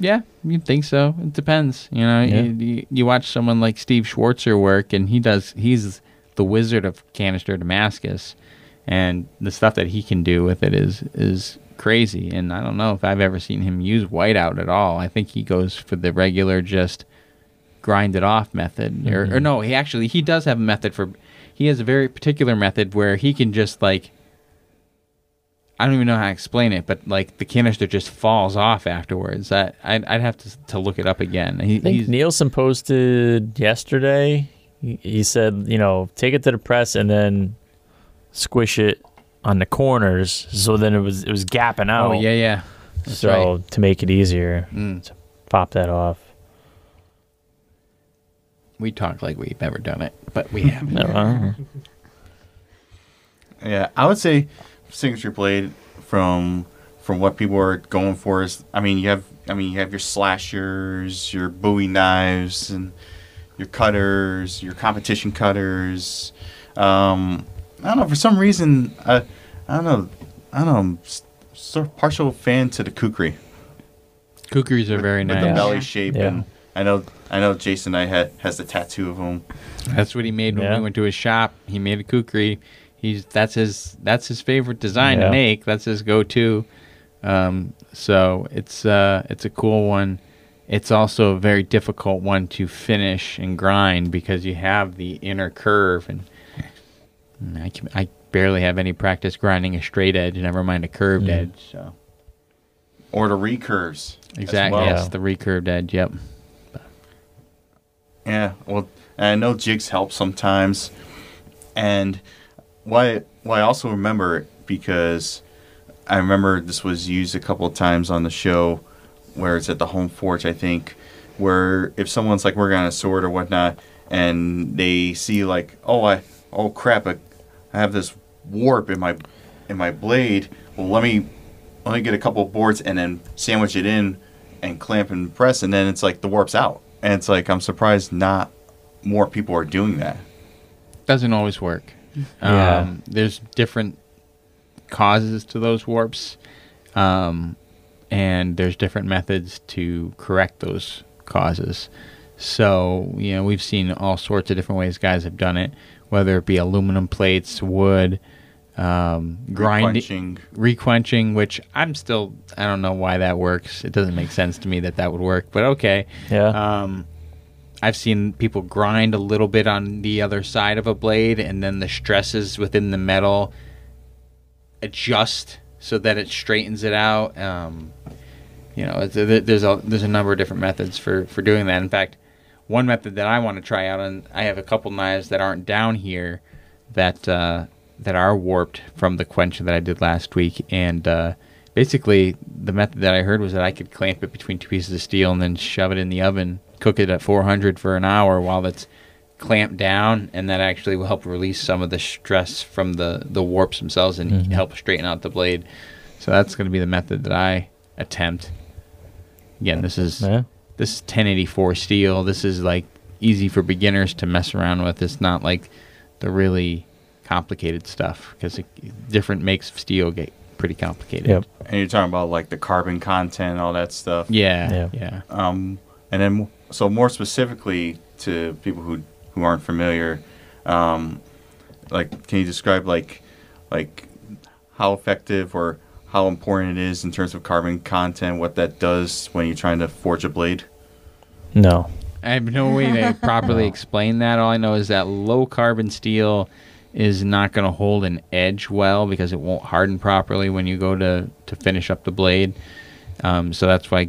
Yeah, you think so? It depends. You know,
Yeah.
you, you, you watch someone like Steve Schwartzer work, and he does. He's the wizard of canister Damascus, and the stuff that he can do with it is is crazy. And I don't know if I've ever seen him use whiteout at all. I think he goes for the regular just grind it off method, or,
Mm-hmm.
or no, he actually he does have a method for. He has a very particular method where he can just like I don't even know how to explain it, but like the canister just falls off afterwards. I I'd, I'd have to to look it up again. He,
I think
he's,
Nielsen posted yesterday. He- He said, you know, take it to the press and then squish it on the corners, so then it was it was gapping out.
oh yeah yeah. That's Mm.
So to make it easier, to pop that off.
We talk like we've never done it,
(laughs)
but we have.
No, I
Uh-huh.
don't know.
yeah, I would say signature blade from from what people are going for is I mean, you have I mean, you have your slashers, your Bowie knives and your cutters, your competition cutters. Um, I don't know. For some reason, I, I don't know. I don't know. I'm s- sort of partial fan to the kukri
Kukris are very
with the
nice.
belly shape.
Yeah.
And I know. I know. Jason, I had has the tattoo of him.
That's what he made when
Yeah.
we went to his shop. He made a kukri. He's that's his that's his favorite design
Yeah.
to make. That's his go-to. Um, so it's uh it's a cool one. It's also a very difficult one to finish and grind because you have the inner curve and and I can, I barely have any practice grinding a straight edge, never mind a curved
Mm.
edge. So
Or the recurves. as
exactly,
well.
yes, the recurved edge. Yep.
Yeah, well, and I know jigs help sometimes, and why? Why I also remember because I remember this was used a couple of times on the show, where it's at the home forge, I think, where if someone's like working on a sword or whatnot, and they see like, oh, I, oh crap, I, I have this warp in my, in my blade. Well, let me, let me get a couple of boards and then sandwich it in, and clamp and press, and then it's like the warp's out, and it's like I'm surprised not more people are doing that.
doesn't always work.
Yeah.
Um, there's different causes to those warps, um, and there's different methods to correct those causes. So, you know, we've seen all sorts of different ways guys have done it, whether it be aluminum plates, wood, um, grinding,
Punching.
requenching, which I'm still, I don't know why that works. It doesn't make sense to me that that would work, but okay.
Yeah.
Um, I've seen people grind a little bit on the other side of a blade, and then the stresses within the metal adjust so that it straightens it out. Um, you know, it's- there- there's a there's a number of different methods for for doing that. In fact, one method that I want to try out, and I have a couple knives that aren't down here that uh, that are warped from the quench that I did last week, and uh, basically the method that I heard was that I could clamp it between two pieces of steel and then shove it in the oven, cook it at 400 for an hour while that's clamped down, and that actually will help release some of the stress from the the warps themselves and help straighten out the blade. So that's going to be the method that I attempt. Again, this is
Yeah.
this is 1084 steel. This is like easy for beginners to mess around with. It's not like the really complicated stuff because different makes of steel get pretty complicated.
Yep.
And you're talking about like the carbon content, and all that stuff.
Yeah.
Yeah.
Yeah.
Um, and then so more specifically to people who who aren't familiar, um, like can you describe like like how effective or how important it is in terms of carbon content, what that does when you're trying to forge a blade?
No.
I have no way to properly explain that. All I know is that low carbon steel is not going to hold an edge well because it won't harden properly when you go to, to finish up the blade. Um, so that's why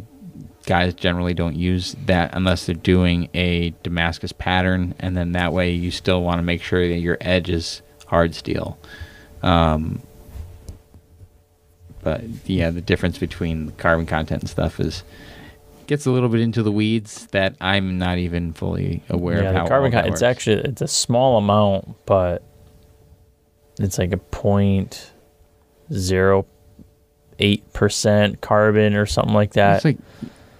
guys generally don't use that unless they're doing a Damascus pattern. And then that way you still want to make sure that your edge is hard steel. Um, but yeah, the difference between carbon content and stuff is gets a little bit into the weeds that I'm not even fully aware
yeah,
of.
the
how
carbon
all that
con- it's
works.
actually it's a small amount, but it's like a point zero eight percent carbon or something like that.
it's like,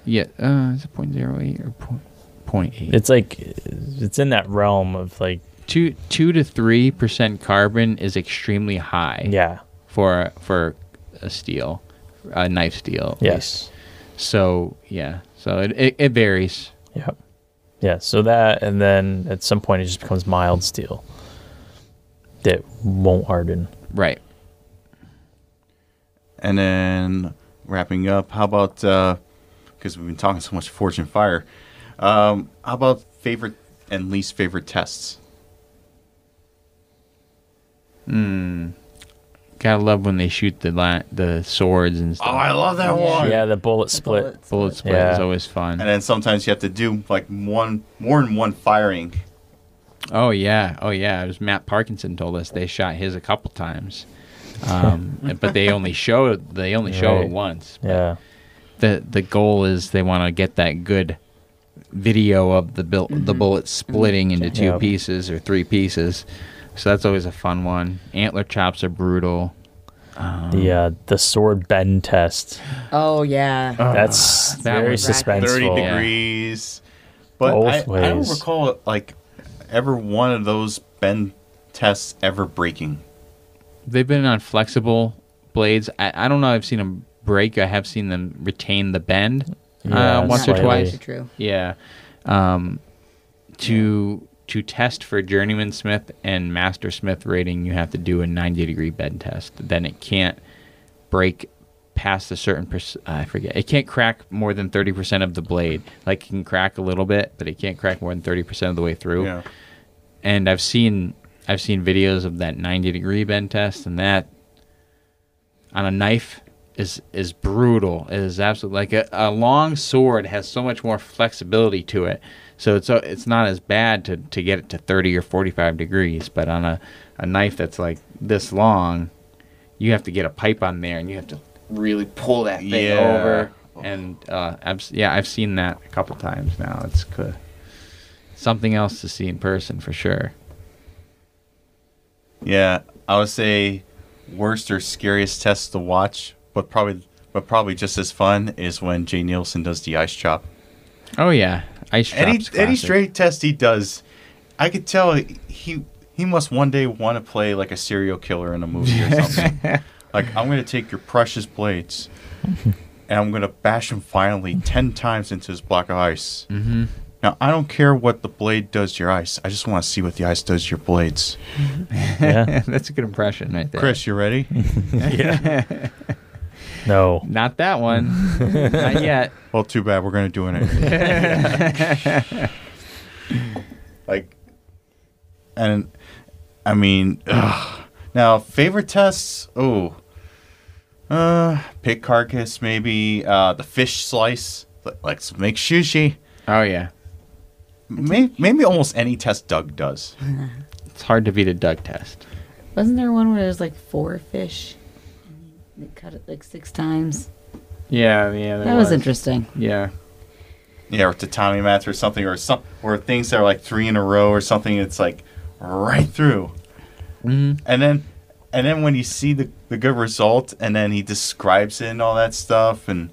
yeah, uh, is it point zero eight or point point eight?
it's like it's in that realm of like
two two to three percent carbon is extremely high.
yeah
For for a steel, a knife steel. at least.
yes
So yeah, so it it, it varies.
yeah yeah so that and then at some point it just becomes mild steel that won't harden
Right.
And then wrapping up, how about because we've been talking so much Forge and Fire? Um, how about favorite and least favorite tests?
Gotta love when they shoot the la- the swords and stuff.
Oh, love that
one.
yeah the bullet split
Bullets.
Bullet split is
Yeah.
always fun.
And then sometimes you have to do like one more than one firing.
Oh yeah, oh yeah. It was Matt Parkinson told us they shot his a couple times,
(laughs)
um, but they only show they only show it
Right.
once.
yeah
the The goal is they want to get that good video of the bil- the bullet splitting into two
Mm-hmm. Yep.
pieces or three pieces. So that's always a fun one. Antler chops are brutal.
the
Uh-huh.
uh, the sword bend test
Oh yeah.
Uh,
that's
Ah, that
very
was-
Thirty
suspenseful
Yeah.
degrees. But I,
Both
I don't
ways.
recall like ever one of those bend tests ever breaking.
They've been on flexible blades. I, I don't know. I've seen them break. I have seen them retain the bend
Yeah,
uh, once
slightly.
or twice.
True.
Yeah. Um, to to test for journeyman smith and master smith rating, you have to do a 90 degree bend test. Then it can't break past a certain perc- I forget. It can't crack more than 30% of the blade. Like it can crack a little bit, but it can't crack more than 30% of the way through.
Yeah.
And I've seen I've seen videos of that 90 degree bend test and that on a knife is is brutal. It is absolutely like a, a long sword has so much more flexibility to it. So it's uh, it's not as bad to, to get it to thirty or forty five degrees, but on a, a knife that's like this long, you have to get a pipe on there and you have to really pull that thing
Yeah.
over. And uh, I've, yeah, I've seen that a couple times now. It's good. something else to see in person for sure.
Yeah, I would say worst or scariest test to watch, but probably but probably just as fun is when Jay Nielsen does the ice chop.
Oh yeah, ice
Any
drops.
any
classic.
straight test he does, I could tell he he must one day want to play like a serial killer in a movie (laughs) or something. like I'm gonna take your precious (laughs) blades, and I'm gonna bash him finally ten times into this block of ice. Mm-hmm. Now I don't care what the blade does to your ice. I just want to see what the ice does to your blades.
yeah
(laughs) That's a good impression right there.
Chris, you ready?
(laughs) no
Not that (laughs) one. Not yet.
Well, too bad. We're going to do it anyway. like, and I mean, ugh. now favorite tests. Oh, uh, pig carcass maybe. Uh, the fish slice. li- Like make sushi.
Oh yeah.
Maybe, maybe almost any test Doug does.
It's hard to beat a duck test.
Wasn't there one where there's like four fish? And They cut it like six times.
Yeah, yeah.
That was interesting.
Yeah.
Yeah, or tatami mats or something, or some, or things that are like three in a row or something. It's like right through.
Mm-hmm.
and then and then when you see the, the good result and then he describes it and all that stuff and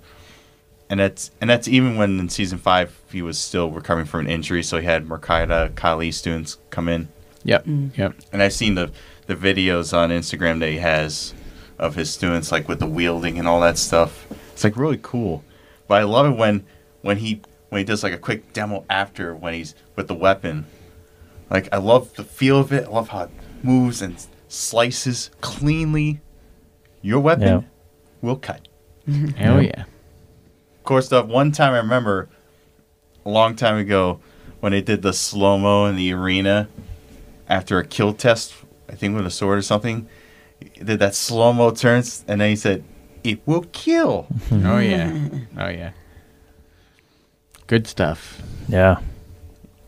and that's and that's even when in season five he was still recovering from an injury so he had Mercada Kylie students come in
Yep.
Mm.
Yep.
and I've seen the the videos on Instagram that he has of his students like with the wielding and all that stuff it's like really cool but I love it when when he when he does like a quick demo after when he's with the weapon like I love the feel of it. I love how it moves and slices cleanly. Your weapon
Yeah.
will cut.
Hell yeah.
Of course, the one time I remember a long time ago when they did the slow mo in the arena after a kill test, I think with a sword or something, he did that slow mo turns and then he said, "It will kill."
Oh yeah.
(laughs)
Oh yeah. Good stuff.
yeah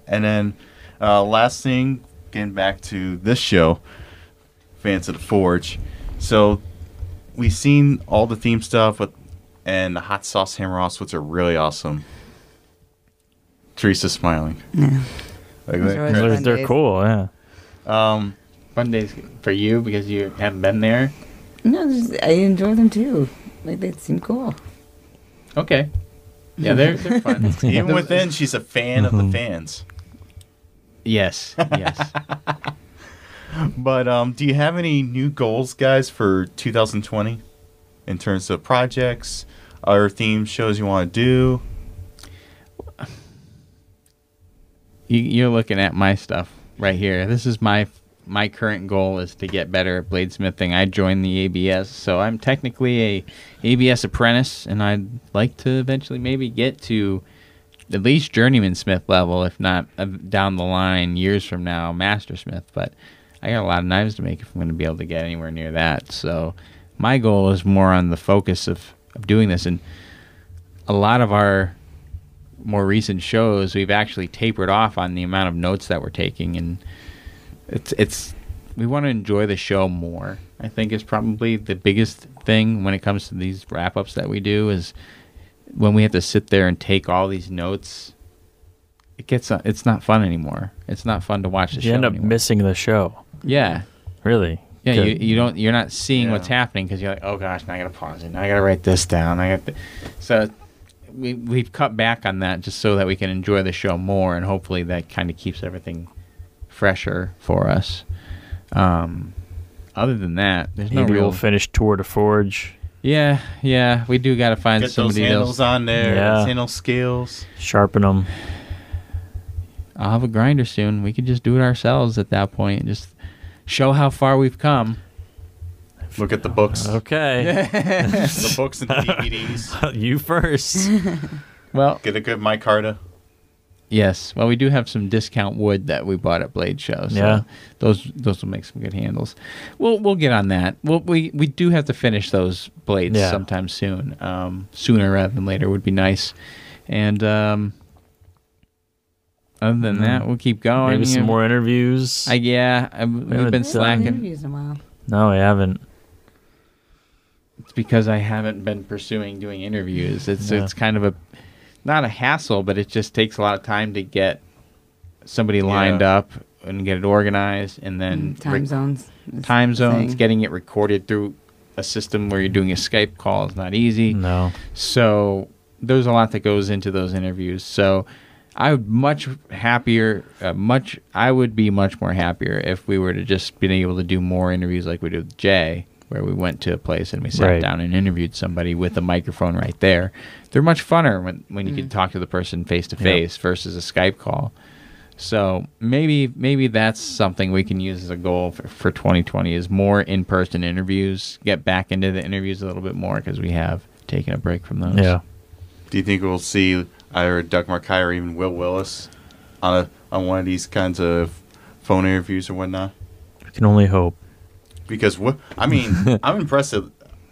And then uh, last thing, getting back to this show, fans of the Forge. So we've seen all the theme stuff, with, and the hot sauce hammer offs, which are really awesome. Teresa's smiling. Like
Those
that.
are always
they're,
fun
they're
days.
cool yeah
um,
Fun days for you because you haven't been there.
No, there's- I enjoy them too. Like, they seem cool.
Okay. Yeah, they're they're fun.
Even within, she's a fan of
Mm-hmm.
the fans.
(laughs) yes. Yes.
But um, do you have any new goals, guys, for 2020 in terms of projects or theme shows you want to do?
You, you're looking at my stuff right here. This is my my current goal is to get better at bladesmithing. I joined the ABS, so I'm technically a ABS apprentice, and I'd like to eventually maybe get to at least journeyman smith level, if not uh, down the line years from now, master smith. But I got a lot of knives to make if I'm going to be able to get anywhere near that. So my goal is more on the focus of, of doing this, and a lot of our more recent shows, we've actually tapered off on the amount of notes that we're taking, and it's it's we want to enjoy the show more. I think is probably the biggest thing when it comes to these wrap ups that we do is when we have to sit there and take all these notes. It gets it's not fun anymore. It's not fun to watch the
You
show.
end up
anymore.
missing the show.
Yeah,
Really?
yeah. You,
'Cause-
you don't you're not seeing
Yeah.
what's happening because you're like, oh gosh, now I gotta pause it. Now I gotta write this down. I got th-. so we we've cut back on that just so that we can enjoy the show more, and hopefully that kind of keeps everything fresher for us. Um, other than that, there's no
maybe
real.
we'll finish Tour de Forge,
yeah, yeah. We do gotta find
Get those
somebody
handles
else.
on there,
Yeah.
those handle scales.
sharpen them.
I'll have a grinder soon. We could just do it ourselves at that point and just show how far we've come.
Look at the books,
(laughs)
(laughs)
Okay.
the books and DVDs.
you first.
Well,
Get a good micarta.
Yes. Well, we do have some discount wood that we bought at Blade Show. So
Yeah.
Those those will make some good handles. We'll we'll get on that. Well, we we do have to finish those blades
Yeah.
sometime soon. Um, sooner rather than later would be nice. And um, other than that, we'll keep going.
Maybe some
You-
more interviews.
I, yeah, I,
haven't
we've been
done-
I haven't
slacking.
interviewed in a while.
no, I haven't.
It's because I haven't been pursuing doing interviews. It's
Yeah.
it's kind of a not a hassle, but it just takes a lot of time to get somebody lined
Yeah.
up and get it organized, and then
Mm, Time
re-
zones. is
time
the
zones,
thing.
getting it recorded through a system where you're doing a Skype call is not easy.
No.
So there's a lot that goes into those interviews. So I would much happier, uh, much I would be much more happier if we were to just been able to do more interviews like we did with Jay, where we went to a place and we sat
Right.
down and interviewed somebody with a microphone right there. They're much funner when when you can talk to the person face to face versus a Skype call. So maybe maybe that's something we can use as a goal for, for 2020 is more in-person interviews. Get back into the interviews a little bit more because we have taken a break from those.
Yeah.
Do you think we'll see either Doug Markai or even Will Willis on a, on one of these kinds of phone interviews or whatnot?
We can only hope.
because what I
(laughs)
mean, I'm impressed at,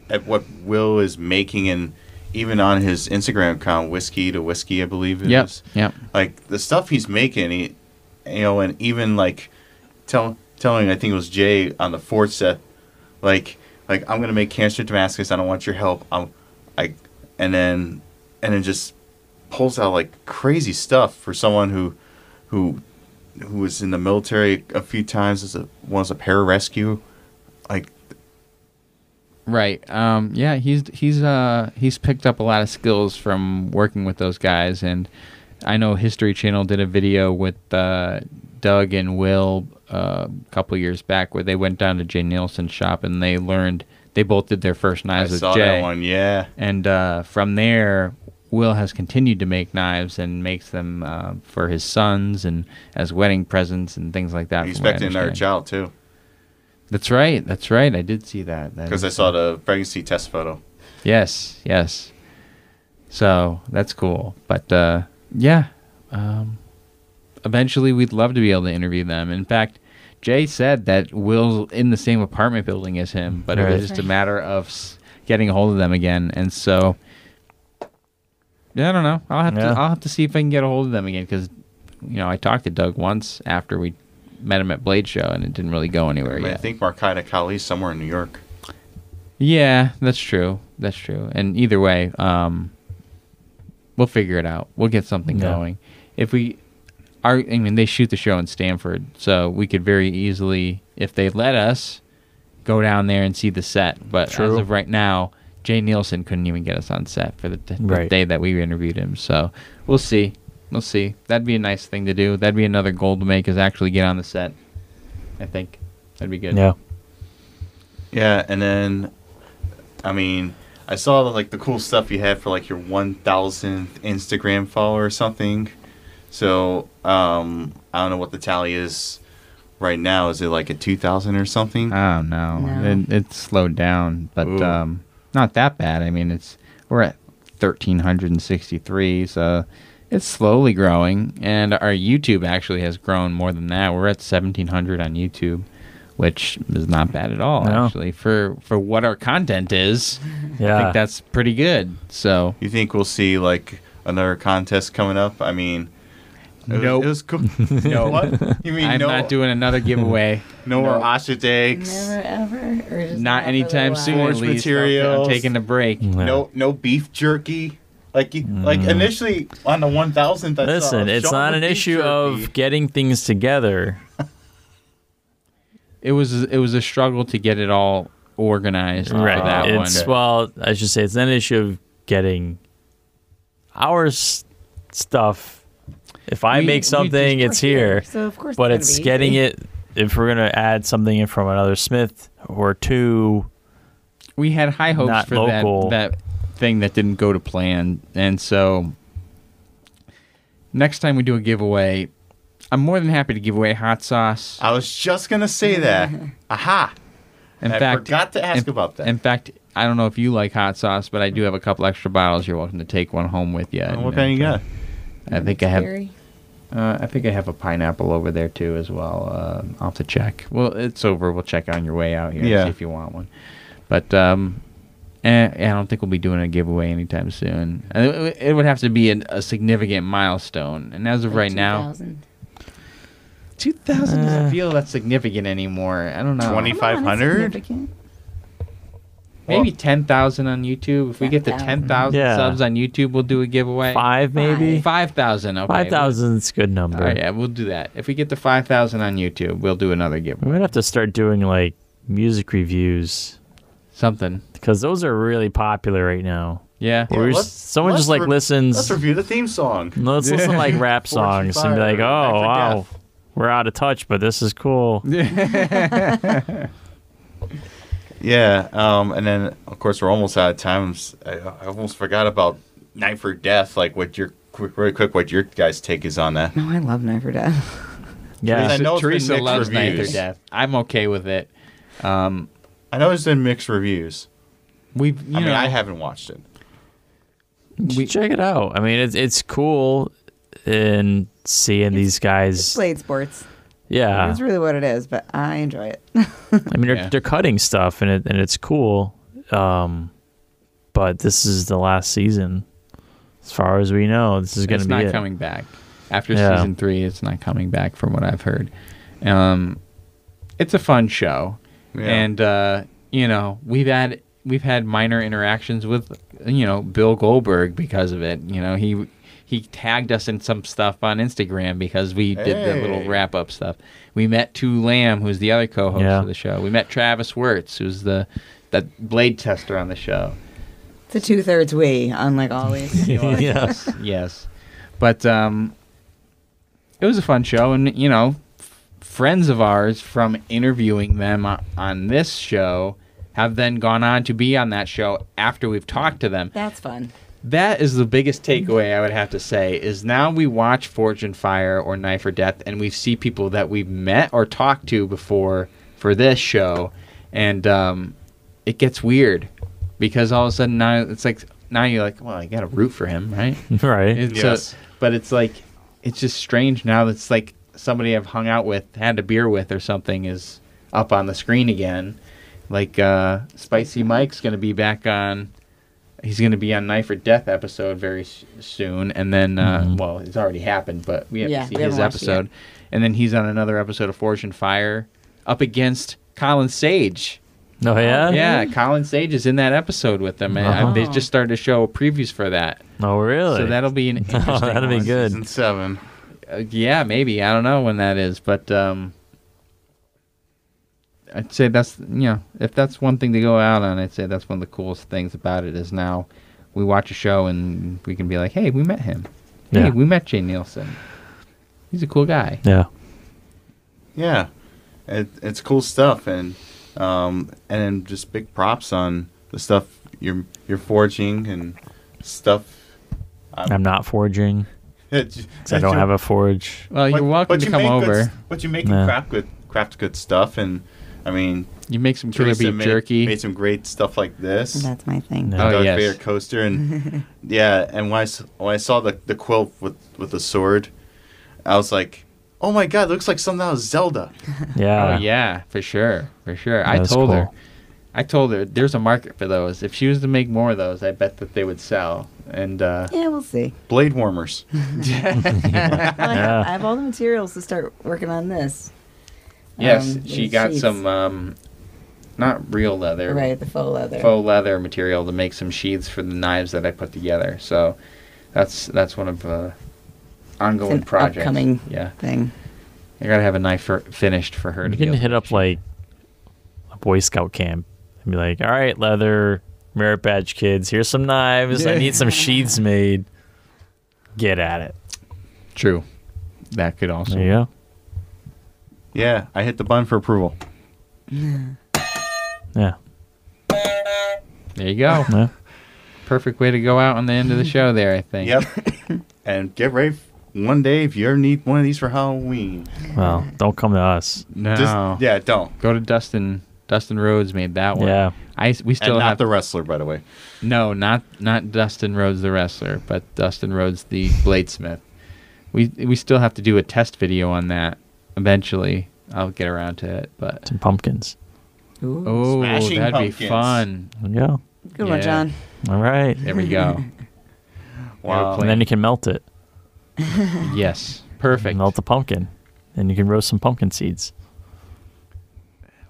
at what Will is making, and even on his Instagram account, whiskey to whiskey, I believe it is.
Yep. Yep.
Like the stuff he's making, he, you know, and even like tell, telling, I think it was Jay on the fourth set, like, like I'm gonna make cancer Damascus. I don't want your help. I'm, I, and then, and then just pulls out like crazy stuff for someone who, who, who was in the military a few times as a was a pararescue, like
Right. Um, yeah. He's he's uh, he's picked up a lot of skills from working with those guys, and I know History Channel did a video with uh, Doug and Will uh, a couple years back where they went down to Jay Nielsen's shop and they learned they both did their first
I
knives with
saw
Jay.
that one. Yeah,
And uh, from there, Will has continued to make knives and makes them uh, for his sons and as wedding presents and things like that.
he's
from what I
expecting another
understand.
child too,
That's right. That's right. I did see that. That
because I
is-
saw the pregnancy test photo.
Yes, yes. So that's cool. But uh, yeah, um, eventually we'd love to be able to interview them. In fact, Jay said that Will's in the same apartment building as him, but it
Right.
was just a matter of s- getting a hold of them again. And so, yeah, I don't know. I'll have
Yeah.
to I'll have to see if I can get a hold of them again because, you know, I talked to Doug once after we met him at Blade Show, and it didn't really go anywhere
I, mean, I
yet.
think Markida Kali's somewhere in New York.
Yeah, that's true. That's true. And either way, um, we'll figure it out. We'll get something
Yeah.
going. If we are, I mean, they shoot the show in Stanford, so we could very easily, if they let us, go down there and see the set. But as
True.
of right now, Jay Nielsen couldn't even get us on set for the, the
Right.
day that we interviewed him. So we'll see. We'll see. That'd be a nice thing to do. That'd be another goal to make is actually get on the set. I think that'd be good.
Yeah.
Yeah, and then, I mean, I saw like the cool stuff you had for like your 1,000th Instagram follower or something. So um, I don't know what the tally is right now. Is it like a 2,000 or something?
Oh no,
No.
It, it's slowed down, but
Ooh.
um, not that bad. I mean, it's we're at thirteen hundred and sixty-three, so it's slowly growing. And our YouTube actually has grown more than that. We're at seventeen hundred on YouTube, which is not bad at all,
No.
actually, for for what our content is. I
Yeah.
think that's pretty good. So
you think we'll see like another contest coming up? I mean, it was-
Nope.
It was cool. no. What? You mean
I'm
no,
not doing
(laughs)
another giveaway.
no more ostrich eggs?
Never ever. Or just
not
for a little uh,
anytime
while.
soon. at
(laughs)
Forged
least. I'm-
materials.
I'm taking a break.
Yeah.
No, no beef jerky. Like, you, like initially on the 1,000th, I saw
Listen, it's
Sean
not
with
an
beef
issue
jerky.
of getting things together.
it was it was a struggle to get it all organized
right.
for that
it's
one.
well, I should say it's not an issue of getting our s- stuff. If I
We- we
make
just-
something, it's
We're
here.
So of course.
But
it's,
it's
gonna be
getting
easy.
it. If we're gonna add something in from another Smith or two,
we had high hopes
Not
for
local.
that that thing that didn't go to plan, and so next time we do a giveaway, I'm more than happy to give away hot sauce.
I was just gonna say that. Aha!
In
I
fact,
forgot to ask
in-
about that.
In fact, I don't know if you like hot sauce, but I do have a couple extra bottles. You're welcome to take one home with you.
Uh,
And-
what kind you got?
I think I have.
Scary.
Uh, I think I have a pineapple over there too, as well. Uh, I'll have to check. Well, it's over. We'll check on your way out here. and
Yeah.
see if you want one. But um, eh, I don't think we'll be doing a giveaway anytime soon. Uh, It it would have to be an, a significant milestone, and as of
Like
right now, Uh.
2000.
two thousand doesn't feel that significant anymore. I don't
20
know.
Come on, it's
500?
significant.
maybe ten thousand on YouTube. If we get to
10,000.
ten thousand
Yeah.
subs on YouTube, we'll do a giveaway.
five maybe
Five thousand. Okay.
five thousand is a good number.
All right, yeah, we'll do that. If we get to five thousand on YouTube, we'll do another
We
giveaway.
might have to start doing like music reviews
Something.
because those are really popular right now.
Yeah.
Yeah,
Where
let's-
someone just
let's
like
re-
listens.
Let's review the theme song.
Let's listen to like rap songs and be like,
Fire,
oh
Back to
wow,
Death."
we're out of touch, but this is cool.
Yeah, um, and then of course we're almost out of time. S- I, I almost forgot about Night for Death. Like what your quick, really quick, what your guys' take is on that?
No, I love Knife or (laughs) Death.
Yeah,
I know it's been
Teresa
mixed
loves Ninth or
reviews.
Death. I'm okay with it. Um,
I know it's been mixed reviews.
we've, you
I mean,
know,
I haven't watched it.
we, check it out. I mean, it's it's cool and seeing these guys.
Blade sports.
Yeah,
That's really what it is, but I enjoy it. (laughs)
I mean, they're
Yeah.
they're cutting stuff and it and it's cool. Um, but this is the last season, as far as we know. This is going
it's
to be
not
it.
coming back after
Yeah.
season three. It's not coming back, from what I've heard. Um, it's a fun show,
Yeah.
and uh, you know we've had we've had minor interactions with you know Bill Goldberg because of it. You know he he tagged us in some stuff on Instagram because we did the little
Hey.
wrap up stuff. We met Tu Lamb, who's the other co-host
Yeah.
of the show. We met Travis Wirtz, who's the that blade tester on the show.
It's a two thirds we, unlike
(laughs)
always.
yes, yes. But um, it was a fun show, and you know, f- friends of ours from interviewing them o- on this show have then gone on to be on that show after we've talked to them.
That's fun.
That is the biggest takeaway I would have to say is now we watch Fortune Fire or Knife or Death, and we see people that we've met or talked to before for this show, and um, it gets weird because all of a sudden now it's like now you're like, well, I got to root for him, right?
(laughs) right?
It's
Yes.
a- but it's like it's just strange now that's like somebody I've hung out with, had a beer with or something is up on the screen again. Like uh Spicy Mike's going to be back on he's going to be on Knife or Death episode very s- soon and then uh well, it's already happened, but we have
Yeah,
to see
we
his
haven't watched it
episode. And then he's on another episode of Forge and Fire up against Colin Sage.
(laughs) oh yeah,
Yeah, Colin Sage is in that episode with them. And I, they
Uh-huh.
just started to show previews for that.
Oh really?
So that'll be an interesting
(laughs) oh, that'll be
one.
good.
Season seven.
Uh, yeah, maybe. I don't know when that is, but um, I'd say that's you know if that's one thing to go out on, I'd say that's one of the coolest things about it is now we watch a show and we can be like, hey, we met him. Hey,
Yeah.
we met Jay Nielsen. He's a cool guy.
Yeah.
Yeah, it, it's cool stuff, and um, and then just big props on the stuff you're you're forging and stuff.
Um,
I'm not foraging
That, you-
because I
that
don't
you-
have a
(laughs)
forge.
Well, you're
but-
welcome
but
to
you
come
make good
over.
s- But you make
Yeah.
craft good craft good stuff, and I mean,
You make some killer
Teresa
beef
made,
jerky.
made some great stuff like this.
That's my thing.
No.
the
Oh,
Darth
yes.
Vader coaster, and yeah, and when I, s- when I saw the the quilt with with the sword, I was like, oh my god, it looks like something out of Zelda.
Yeah.
oh yeah, for sure, for sure. I
That's
told her,
cool.
I told her there's a market for those. If she was to make more of those, I bet that they would sell. And uh,
Yeah, we'll see.
Blade warmers.
Well, I,
Yeah.
have, I have all the materials to start working on this.
yes,
Um,
she
these
got
sheets.
some, um, not real leather,
Right, the faux leather.
faux leather material to make some sheaths for the knives that I put together. So that's that's one of uh, ongoing
an
projects.
upcoming-
Yeah,
thing.
I gotta have a knife for, finished for her.
You
to be
can
able
hit
to
up
shoot.
like a Boy Scout camp and be like, all right, leather, merit badge kids, here's some knives. I need some sheaths made. Get at it.
true. That could also.
There you go.
Yeah, I hit the button for approval.
Yeah.
There
(laughs)
you go.
Yeah.
Perfect way to go out on the end of the show. There, I think.
Yep.
(laughs)
and get ready f- one day if you ever need one of these for Halloween.
Well, don't come to us.
No.
Just yeah, don't.
Go to Dustin. Dustin Rhodes made that one.
Yeah.
I s- we
And
still
not
have
the wrestler, by the way.
no not not Dustin Rhodes the wrestler, but Dustin Rhodes the bladesmith. We we still have to do a test video on that eventually. I'll get around to it, but
Some pumpkins.
Ooh.
oh,
Smashing
that'd be
pumpkins.
fun.
There you go.
Good
yeah.
one, John.
All right.
There
(laughs)
we go.
Wow.
And then you can melt it.
yes, perfect.
Melt the pumpkin. And you can roast some pumpkin seeds.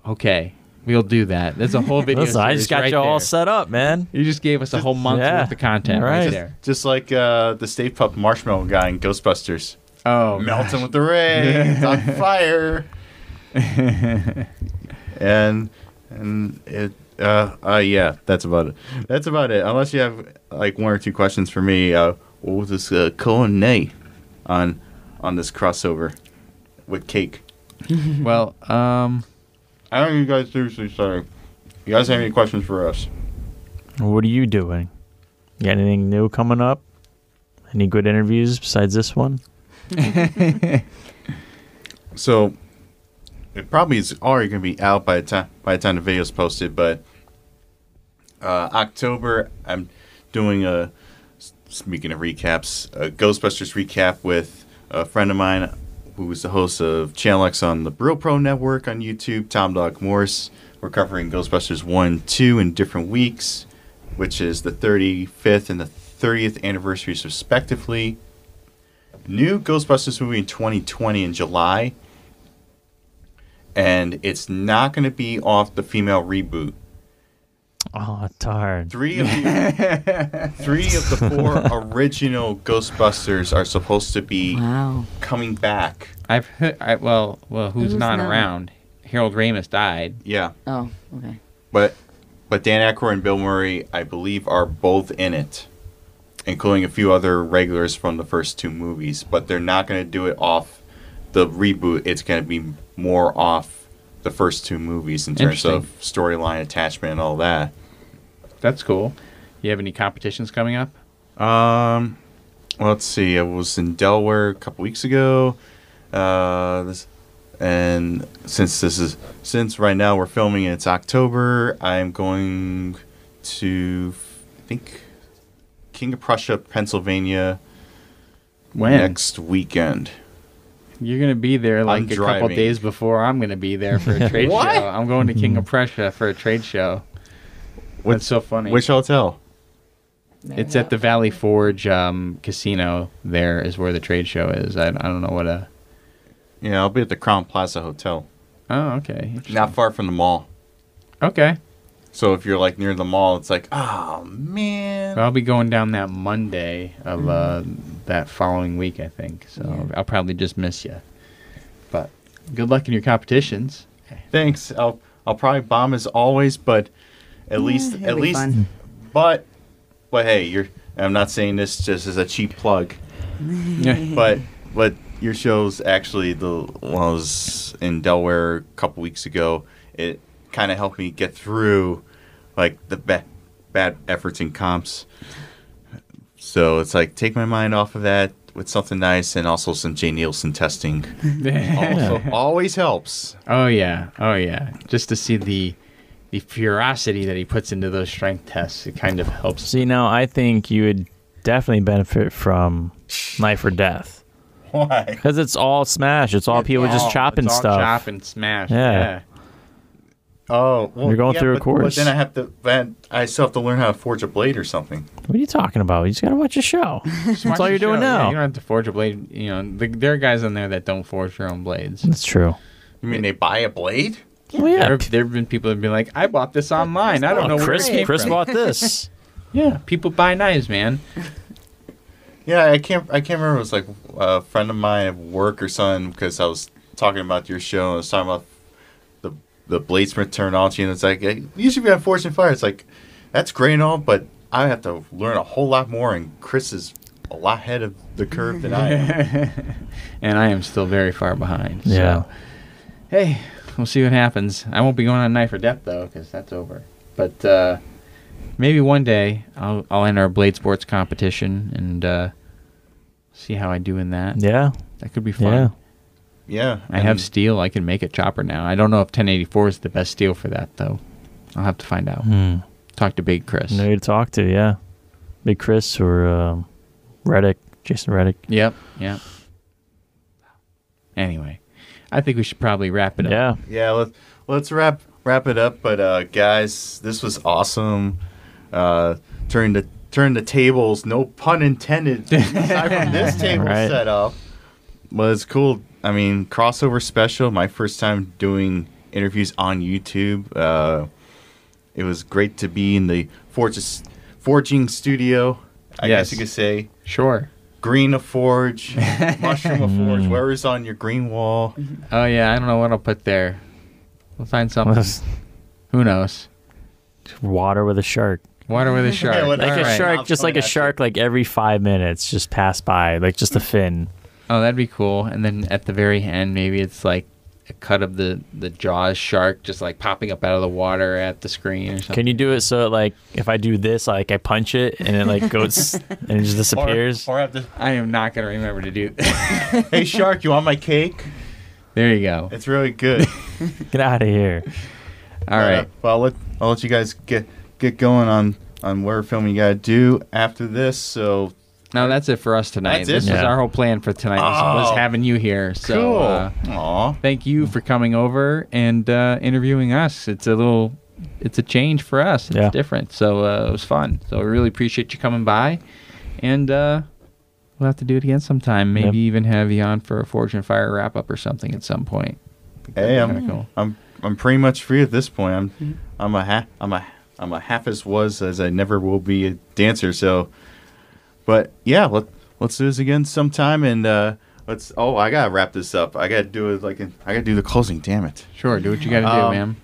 Okay, we'll do that. That's a whole video.
Listen, I just
series
got
right
you all
there.
set up, man.
You just gave us a whole month
Yeah.
worth of content right,
Right.
there.
Just like uh, the Stay Puft Marshmallow guy in Ghostbusters.
Oh,
Melting with the rays
(laughs)
on fire. and and it uh, uh yeah, that's about it. That's about it. Unless you have like one or two questions for me, uh what was this uh Conan on on this crossover with cake?
well, um,
I don't know you guys seriously sorry. You guys have any questions for us?
What are you doing? You got anything new coming up? Any good interviews besides this one?
So it probably is already gonna be out by the time by the time the video's posted, but uh, October I'm doing a s- speaking of recaps, a Ghostbusters recap with a friend of mine who is the host of Channel X on the Brill Pro Network on YouTube, Tom Dog Morse. We're covering Ghostbusters one, two in different weeks, which is the 35th and the 30th anniversaries respectively. New Ghostbusters movie in 2020 in July and it's not going to be off the female reboot.
Oh, darn.
Three of the three of the four original Ghostbusters are supposed to be
Wow.
coming back.
I've heard, I, well, well, who's,
Who's
not
not?
around? Harold Ramis died.
Yeah,
Oh, okay.
but but Dan Aykroyd and Bill Murray, I believe, are both in it, including a few other regulars from the first two movies. But they're not going to do it off the reboot. It's going to be more off the first two movies in terms
Interesting.
of storyline attachment and all that.
That's cool. You have any competitions coming up?
Um, well, let's see. I was in Delaware a couple weeks ago. Uh, this, and since this is since right now we're filming and it's October, I'm going to I think King of Prussia, Pennsylvania next weekend.
You're gonna be there like a couple
driving.
days before I'm gonna be there for
(laughs)
a trade show.
What? Hmm.
I'm going to King of Prussia for a trade show.
Which-
That's so funny.
Which hotel?
it's at the Valley Forge um, Casino. There is where the trade show is. I, I don't know what a.
Yeah, I'll be at the Crown Plaza Hotel,
Oh, okay. Interesting.
not far from the mall.
Okay.
So if you're like near the mall, it's like, oh man.
I'll be going down that Monday of uh, that following week, I think. So
(laughs)
I'll probably just miss you. But good luck in your competitions. (laughs)
Thanks. I'll I'll probably bomb as always, but at least
it'll
at
be
least
fun.
but but hey, you're I'm not saying this just as a cheap plug,
Yeah.
(laughs) but but your show's actually the when I was in Delaware a couple weeks ago, it kind of helped me get through like the ba- bad efforts and comps. So it's like take my mind off of that with something nice and also some Jay Nielsen testing. also always helps.
oh yeah. Oh yeah. Just to see the the ferocity that he puts into those strength tests, it kind of helps.
See, now I think you would definitely benefit from Life or Death
Why?
because it's all smash. It's all people
Oh,
just chopping
it's all
stuff.
Chop and smash.
Yeah.
Yeah.
Oh, well,
You're going through a
but, But
course.
then I have to. Then I still have to learn how to forge a blade or something.
What are you talking about? You just gotta watch a show.
That's
all you're doing now.
you don't have to forge a blade. You know, the, there are guys on there that don't forge their own blades.
That's true.
You mean they buy a blade?
Well, yeah.
There, there have been people that have been like, I bought this online. I don't know
Oh,
where
Chris,
it came
Chris
from."
bought (laughs) this.
Yeah, people buy knives, man.
Yeah, I can't. I can't remember. It was like a friend of mine at work or something because I was talking about your show. And I was talking about the the bladesmith terminology, and it's like eh, you should be on Fortune Fire. It's like that's great and all, but I have to learn a whole lot more. And Chris is a lot ahead of the curve than I
(laughs)
am.
And I am still very far behind. so-
Yeah.
hey, we'll see what happens. I won't be going on Knife or Death though, because that's over. But uh, maybe one day I'll I'll enter a blade sports competition and uh, see how I do in that.
Yeah.
That could be fun.
Yeah.
Yeah,
I have
and-
steel. I can make a chopper now. I don't know if 1084 is the best steel for that though. I'll have to find out.
Hmm.
Talk to Big Chris.
No to talk to. Yeah. Big Chris or um, Reddick, Jason Reddick.
Yep. Yep. Anyway, I think we should probably wrap it up.
Yeah.
yeah let's let's wrap wrap it up but uh guys this was awesome uh turn the turn the tables no pun intended aside from this table
Right.
set up but it's cool i mean crossover special my first time doing interviews on youtube uh it was great to be in the forges forging studio i
Yes.
guess you could say
Sure.
green a forge mushroom a forge wherever's on your green wall
Oh yeah, I don't know what I'll put there. We'll find something. (laughs) Who knows?
Water with a shark.
Water with a shark.
Yeah, what-
Like
All
a
right.
shark, just like a shark, like every five minutes, just pass by, like just a fin.
Oh, that'd be cool. And then at the very end, maybe it's like a cut of the the jaws shark just like popping up out of the water at the screen or something.
Can you do it so like if I do this, like I punch it and it like goes (laughs) and it just
or,
disappears?
or have to
I am not gonna remember to (laughs) do.
hey shark you want my cake
there you go.
It's really good.
Get out of here.
(laughs) All right.
Uh, well, I'll let, I'll let you guys get get going on on where film you gotta do after this. So
Now that's it for us tonight.
That's it?
This is
Yeah.
our whole plan for tonight. Was, was
Oh.
having you here. So
cool.
uh,
Aw.
thank you for coming over and uh, interviewing us. It's a little, it's a change for us. It's
Yeah.
different. So uh, it was fun. So we really appreciate you coming by, and uh, we'll have to do it again sometime. Maybe
Yep.
even have you on for a Forge and Fire wrap up or something at some point.
Hey,
Kinda
I'm,
cool.
I'm I'm pretty much free at this point. I'm I'm a ha- I'm a I'm a half as was as I never will be a dancer. So, but yeah, let let's do this again sometime and uh, let's. Oh, I gotta wrap this up. I gotta do it like in, I gotta do the closing. Damn it.
Sure, do what you got to
Um,
do, man.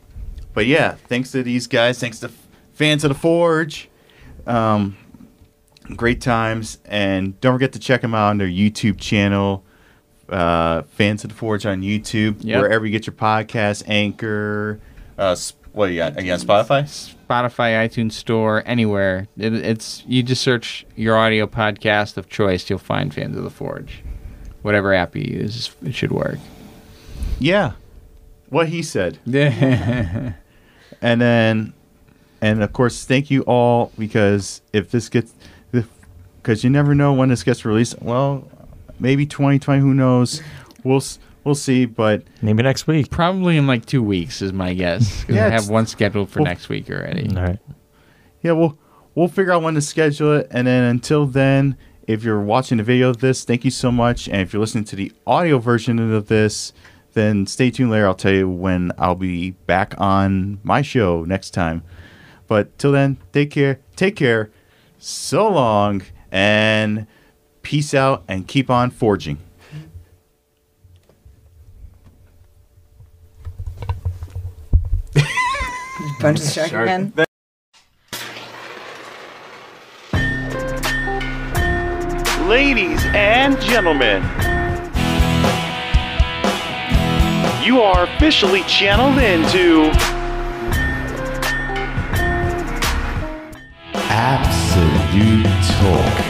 but yeah, thanks to these guys, thanks to f- fans of the Forge. Um, great times, and don't forget to check them out on their YouTube channel, uh, Fans of the Forge on YouTube,
Yep.
wherever you get your podcast, Anchor. Uh, sp- what do you got? Again, Spotify.
Spotify, iTunes Store, anywhere. It, it's you just search your audio podcast of choice. You'll find Fans of the Forge, whatever app you use. It should (laughs) work.
Yeah, what he said,
yeah.
and then, and of course, thank you all because if this gets, because you never know when this gets released. Well, maybe 2020. Who knows? We'll s- we'll see, but.
Maybe next week.
Probably in like two weeks is my guess. 'cause
Yeah,
I
it's-
have one scheduled for
Well-
next week already.
All right.
yeah, we'll we'll figure out when to schedule it. And then until then, if you're watching the video of this, thank you so much. And if you're listening to the audio version of this, then stay tuned later. I'll tell you when I'll be back on my show next time. But till then, take care. Take care. So long and peace out and keep on forging.
Punch the shark again.
Ladies and gentlemen, you are officially channeled into
Absolute Talk.